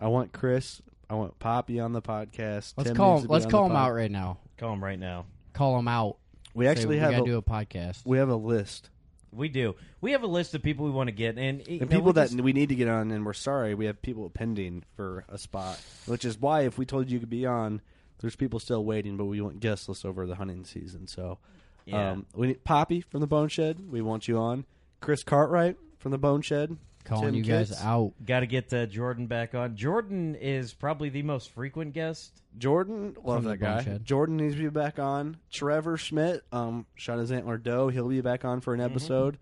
[SPEAKER 1] I want Chris. I want Poppy on the podcast.
[SPEAKER 8] Let's
[SPEAKER 1] Tim
[SPEAKER 8] call
[SPEAKER 1] needs
[SPEAKER 8] him.
[SPEAKER 1] to be
[SPEAKER 8] Let's
[SPEAKER 1] on
[SPEAKER 8] call
[SPEAKER 1] the
[SPEAKER 8] him
[SPEAKER 1] pod-
[SPEAKER 8] out right now.
[SPEAKER 7] Call him right now.
[SPEAKER 8] Call him out.
[SPEAKER 1] We
[SPEAKER 8] Say,
[SPEAKER 1] actually
[SPEAKER 8] we
[SPEAKER 1] have
[SPEAKER 8] gotta
[SPEAKER 1] a,
[SPEAKER 8] do a podcast.
[SPEAKER 1] we have a list
[SPEAKER 7] We do. We have a list of people we want to get, and, you know,
[SPEAKER 1] and
[SPEAKER 7] we
[SPEAKER 1] people that
[SPEAKER 7] just-
[SPEAKER 1] we need to get on, and we're sorry we have people pending for a spot, which is why if we told you you could be on, there's people still waiting, but we want guest lists over the hunting season. So,
[SPEAKER 7] Yeah.
[SPEAKER 1] um, we need Poppy from the Bone Shed. We want you on. Chris Cartwright from the Bone Shed.
[SPEAKER 8] Calling
[SPEAKER 1] Tim
[SPEAKER 8] you guys
[SPEAKER 1] Kitts.
[SPEAKER 8] out.
[SPEAKER 7] Got to get uh, Jordan back on. Jordan is probably the most frequent guest.
[SPEAKER 1] Jordan, love
[SPEAKER 8] the
[SPEAKER 1] that
[SPEAKER 8] Bone
[SPEAKER 1] guy.
[SPEAKER 8] Shed.
[SPEAKER 1] Jordan needs to be back on. Trevor Schmidt, um, shot his antler doe. He'll be back on for
[SPEAKER 7] Mm-hmm.
[SPEAKER 1] an episode.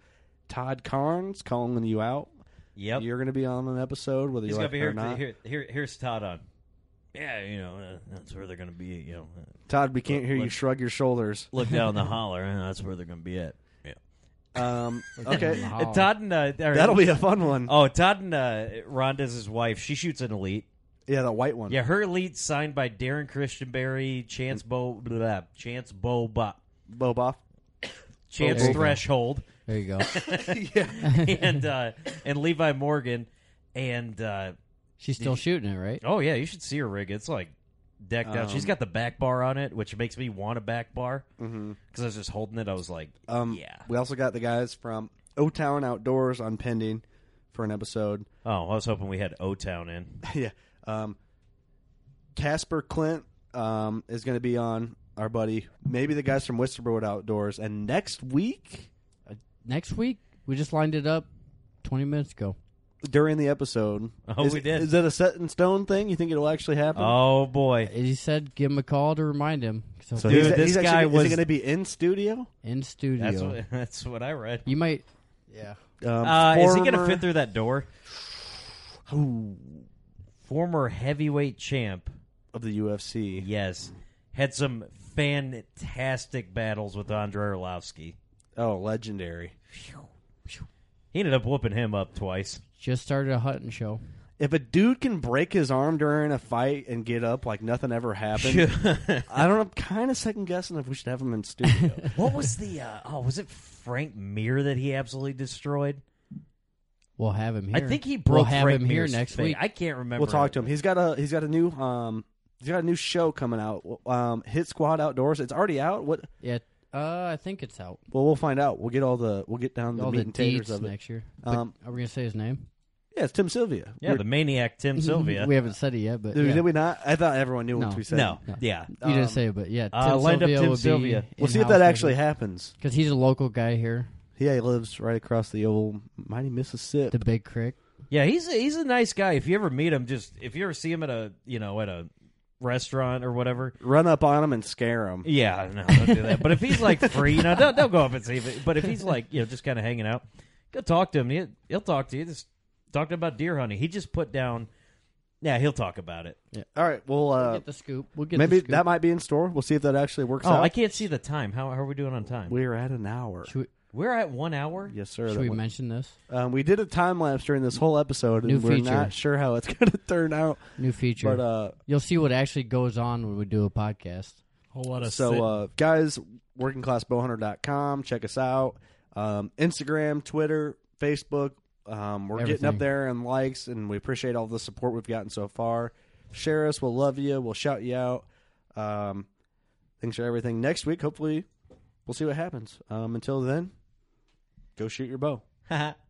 [SPEAKER 1] Todd Carnes calling you out.
[SPEAKER 7] Yep.
[SPEAKER 1] You're going to be on an episode whether you
[SPEAKER 7] He's gonna
[SPEAKER 1] like
[SPEAKER 7] be
[SPEAKER 1] it or
[SPEAKER 7] here,
[SPEAKER 1] not.
[SPEAKER 7] here, here. Here's Todd on. Yeah, you know uh, that's where they're gonna be. You know, uh,
[SPEAKER 1] Todd, we can't hear you
[SPEAKER 7] Look.
[SPEAKER 1] shrug your shoulders.
[SPEAKER 7] look down the holler, and that's where they're gonna be at. Yeah.
[SPEAKER 1] Um, okay,
[SPEAKER 8] Wow.
[SPEAKER 7] And Todd and uh, or-
[SPEAKER 1] that'll be a fun one.
[SPEAKER 7] Oh, Todd and uh, Rhonda's his wife. She shoots an elite.
[SPEAKER 1] Yeah, the white one.
[SPEAKER 7] Yeah, her elite signed by Darren Christianberry, Chance Bo, blah, blah, Chance Bo, Bop,
[SPEAKER 1] Boboff. Oh,
[SPEAKER 7] Chance
[SPEAKER 8] There you go.
[SPEAKER 7] Threshold.
[SPEAKER 8] There you go.
[SPEAKER 7] and uh, and Levi Morgan, and uh,
[SPEAKER 8] She's still shooting it, right?
[SPEAKER 7] oh yeah, you should see her rig. It's like decked out. She's
[SPEAKER 1] Um,
[SPEAKER 7] got the back bar on it, which makes me want a back bar because I was just holding it. I was like,
[SPEAKER 1] Mm-hmm. Um,
[SPEAKER 7] yeah.
[SPEAKER 1] We also got the guys from O Town Outdoors on pending for an episode.
[SPEAKER 7] Oh, I was hoping we had O Town in.
[SPEAKER 1] yeah. Um, Casper Clint um, is going to be on our buddy. Maybe the guys from Wisterbroad Outdoors. And next week,
[SPEAKER 8] Next week we just lined it up. 20 minutes ago.
[SPEAKER 1] During the episode.
[SPEAKER 8] Oh,
[SPEAKER 1] is,
[SPEAKER 8] we did.
[SPEAKER 1] Is that a set in stone thing? You think it'll actually happen?
[SPEAKER 7] Oh boy!
[SPEAKER 8] He said, "Give him a call to remind him."
[SPEAKER 1] So Dude, he's- this he's actually- guy is he was- gonna be in studio?
[SPEAKER 8] In studio.
[SPEAKER 7] That's what, that's what I read.
[SPEAKER 8] You might. Yeah.
[SPEAKER 1] Um,
[SPEAKER 7] uh, is he going to
[SPEAKER 8] former-
[SPEAKER 7] fit through that door? Former heavyweight champ
[SPEAKER 1] of the UFC.
[SPEAKER 7] Yes, had some fantastic battles with Andre Orlovsky.
[SPEAKER 1] Oh, legendary!
[SPEAKER 7] He ended up whooping him up twice.
[SPEAKER 8] Just started a hunting show.
[SPEAKER 1] If a dude can break his arm during a fight and get up like nothing ever happened, I don't know. I'm kind of second guessing if we should have him in studio.
[SPEAKER 7] What was the? Uh, oh, was it Frank Mir that he absolutely destroyed?
[SPEAKER 8] We'll have him here.
[SPEAKER 7] I think he
[SPEAKER 8] We'll
[SPEAKER 7] broke
[SPEAKER 8] have
[SPEAKER 7] Frank
[SPEAKER 8] him here
[SPEAKER 7] Mir's
[SPEAKER 8] next
[SPEAKER 7] thing.
[SPEAKER 8] week.
[SPEAKER 7] I can't remember.
[SPEAKER 1] We'll talk to him. He's got a he's got a new um he's got a new show coming out. Um, Hit Squad Outdoors. It's already out. What?
[SPEAKER 8] Yeah. Uh, I think it's out.
[SPEAKER 1] Well, we'll find out. We'll get all the we'll get down the
[SPEAKER 8] All
[SPEAKER 1] meat
[SPEAKER 8] the
[SPEAKER 1] and taters
[SPEAKER 8] deets
[SPEAKER 1] of it
[SPEAKER 8] next year. But
[SPEAKER 1] Um,
[SPEAKER 8] are we gonna say his name?
[SPEAKER 1] yeah, it's Tim Sylvia.
[SPEAKER 7] Yeah, the maniac Tim Sylvia.
[SPEAKER 8] we haven't said it yet, but
[SPEAKER 1] Did, we-
[SPEAKER 8] yeah.
[SPEAKER 1] did we not? I thought everyone knew
[SPEAKER 8] No.
[SPEAKER 1] what we said.
[SPEAKER 7] No. Yeah.
[SPEAKER 8] You
[SPEAKER 1] um,
[SPEAKER 8] didn't say it, but yeah. Tim
[SPEAKER 7] Uh, lined up
[SPEAKER 8] Sylvia
[SPEAKER 7] Tim
[SPEAKER 8] will be
[SPEAKER 7] Sylvia.
[SPEAKER 1] We'll see if
[SPEAKER 8] in-house
[SPEAKER 1] that
[SPEAKER 8] with
[SPEAKER 1] actually
[SPEAKER 8] it.
[SPEAKER 1] happens.
[SPEAKER 8] Because he's a local guy here.
[SPEAKER 1] Yeah, he lives right across the old mighty Mississippi, the
[SPEAKER 8] Big Creek.
[SPEAKER 7] Yeah, he's a, he's a nice guy. If you ever meet him, just if you ever see him at a you know at a restaurant or whatever.
[SPEAKER 1] Run up on him and scare him.
[SPEAKER 7] Yeah, no, don't do that. but if he's like free, you know, don't don't go up and see. Him. But if he's like you know just kind of hanging out, go talk to him. He, he'll talk to you. Just talk to him about deer hunting. He just put down. Yeah, he'll talk about it.
[SPEAKER 8] Yeah.
[SPEAKER 1] All right, we'll, uh,
[SPEAKER 8] get the scoop. We'll get
[SPEAKER 1] maybe
[SPEAKER 8] the scoop.
[SPEAKER 1] that might be in store. We'll see if that actually works
[SPEAKER 7] Oh,
[SPEAKER 1] out.
[SPEAKER 7] I can't see the time. How, how are we doing on time?
[SPEAKER 1] We're at an hour.
[SPEAKER 8] Should
[SPEAKER 7] We, are at one hour.
[SPEAKER 1] Yes, sir.
[SPEAKER 8] Should
[SPEAKER 1] That
[SPEAKER 8] we
[SPEAKER 1] one-
[SPEAKER 8] mention this?
[SPEAKER 1] Um, we did a time lapse during this whole episode, and
[SPEAKER 8] New
[SPEAKER 1] we're
[SPEAKER 8] feature.
[SPEAKER 1] not sure how it's going to turn out.
[SPEAKER 8] New feature.
[SPEAKER 1] But uh,
[SPEAKER 8] You'll see what actually goes on when we do a podcast.
[SPEAKER 3] Whole lot of sit-
[SPEAKER 1] so, uh, guys, workingclassbowhunter.com. Check us out. Um, Instagram, Twitter, Facebook. Um, we're getting up
[SPEAKER 8] Everything.
[SPEAKER 1] there in likes, and we appreciate all the support we've gotten so far. Share us. We'll love you. We'll shout you out. Um, thanks for everything. Next week, hopefully, we'll see what happens. Um, until then, go shoot your bow.
[SPEAKER 7] Ha ha.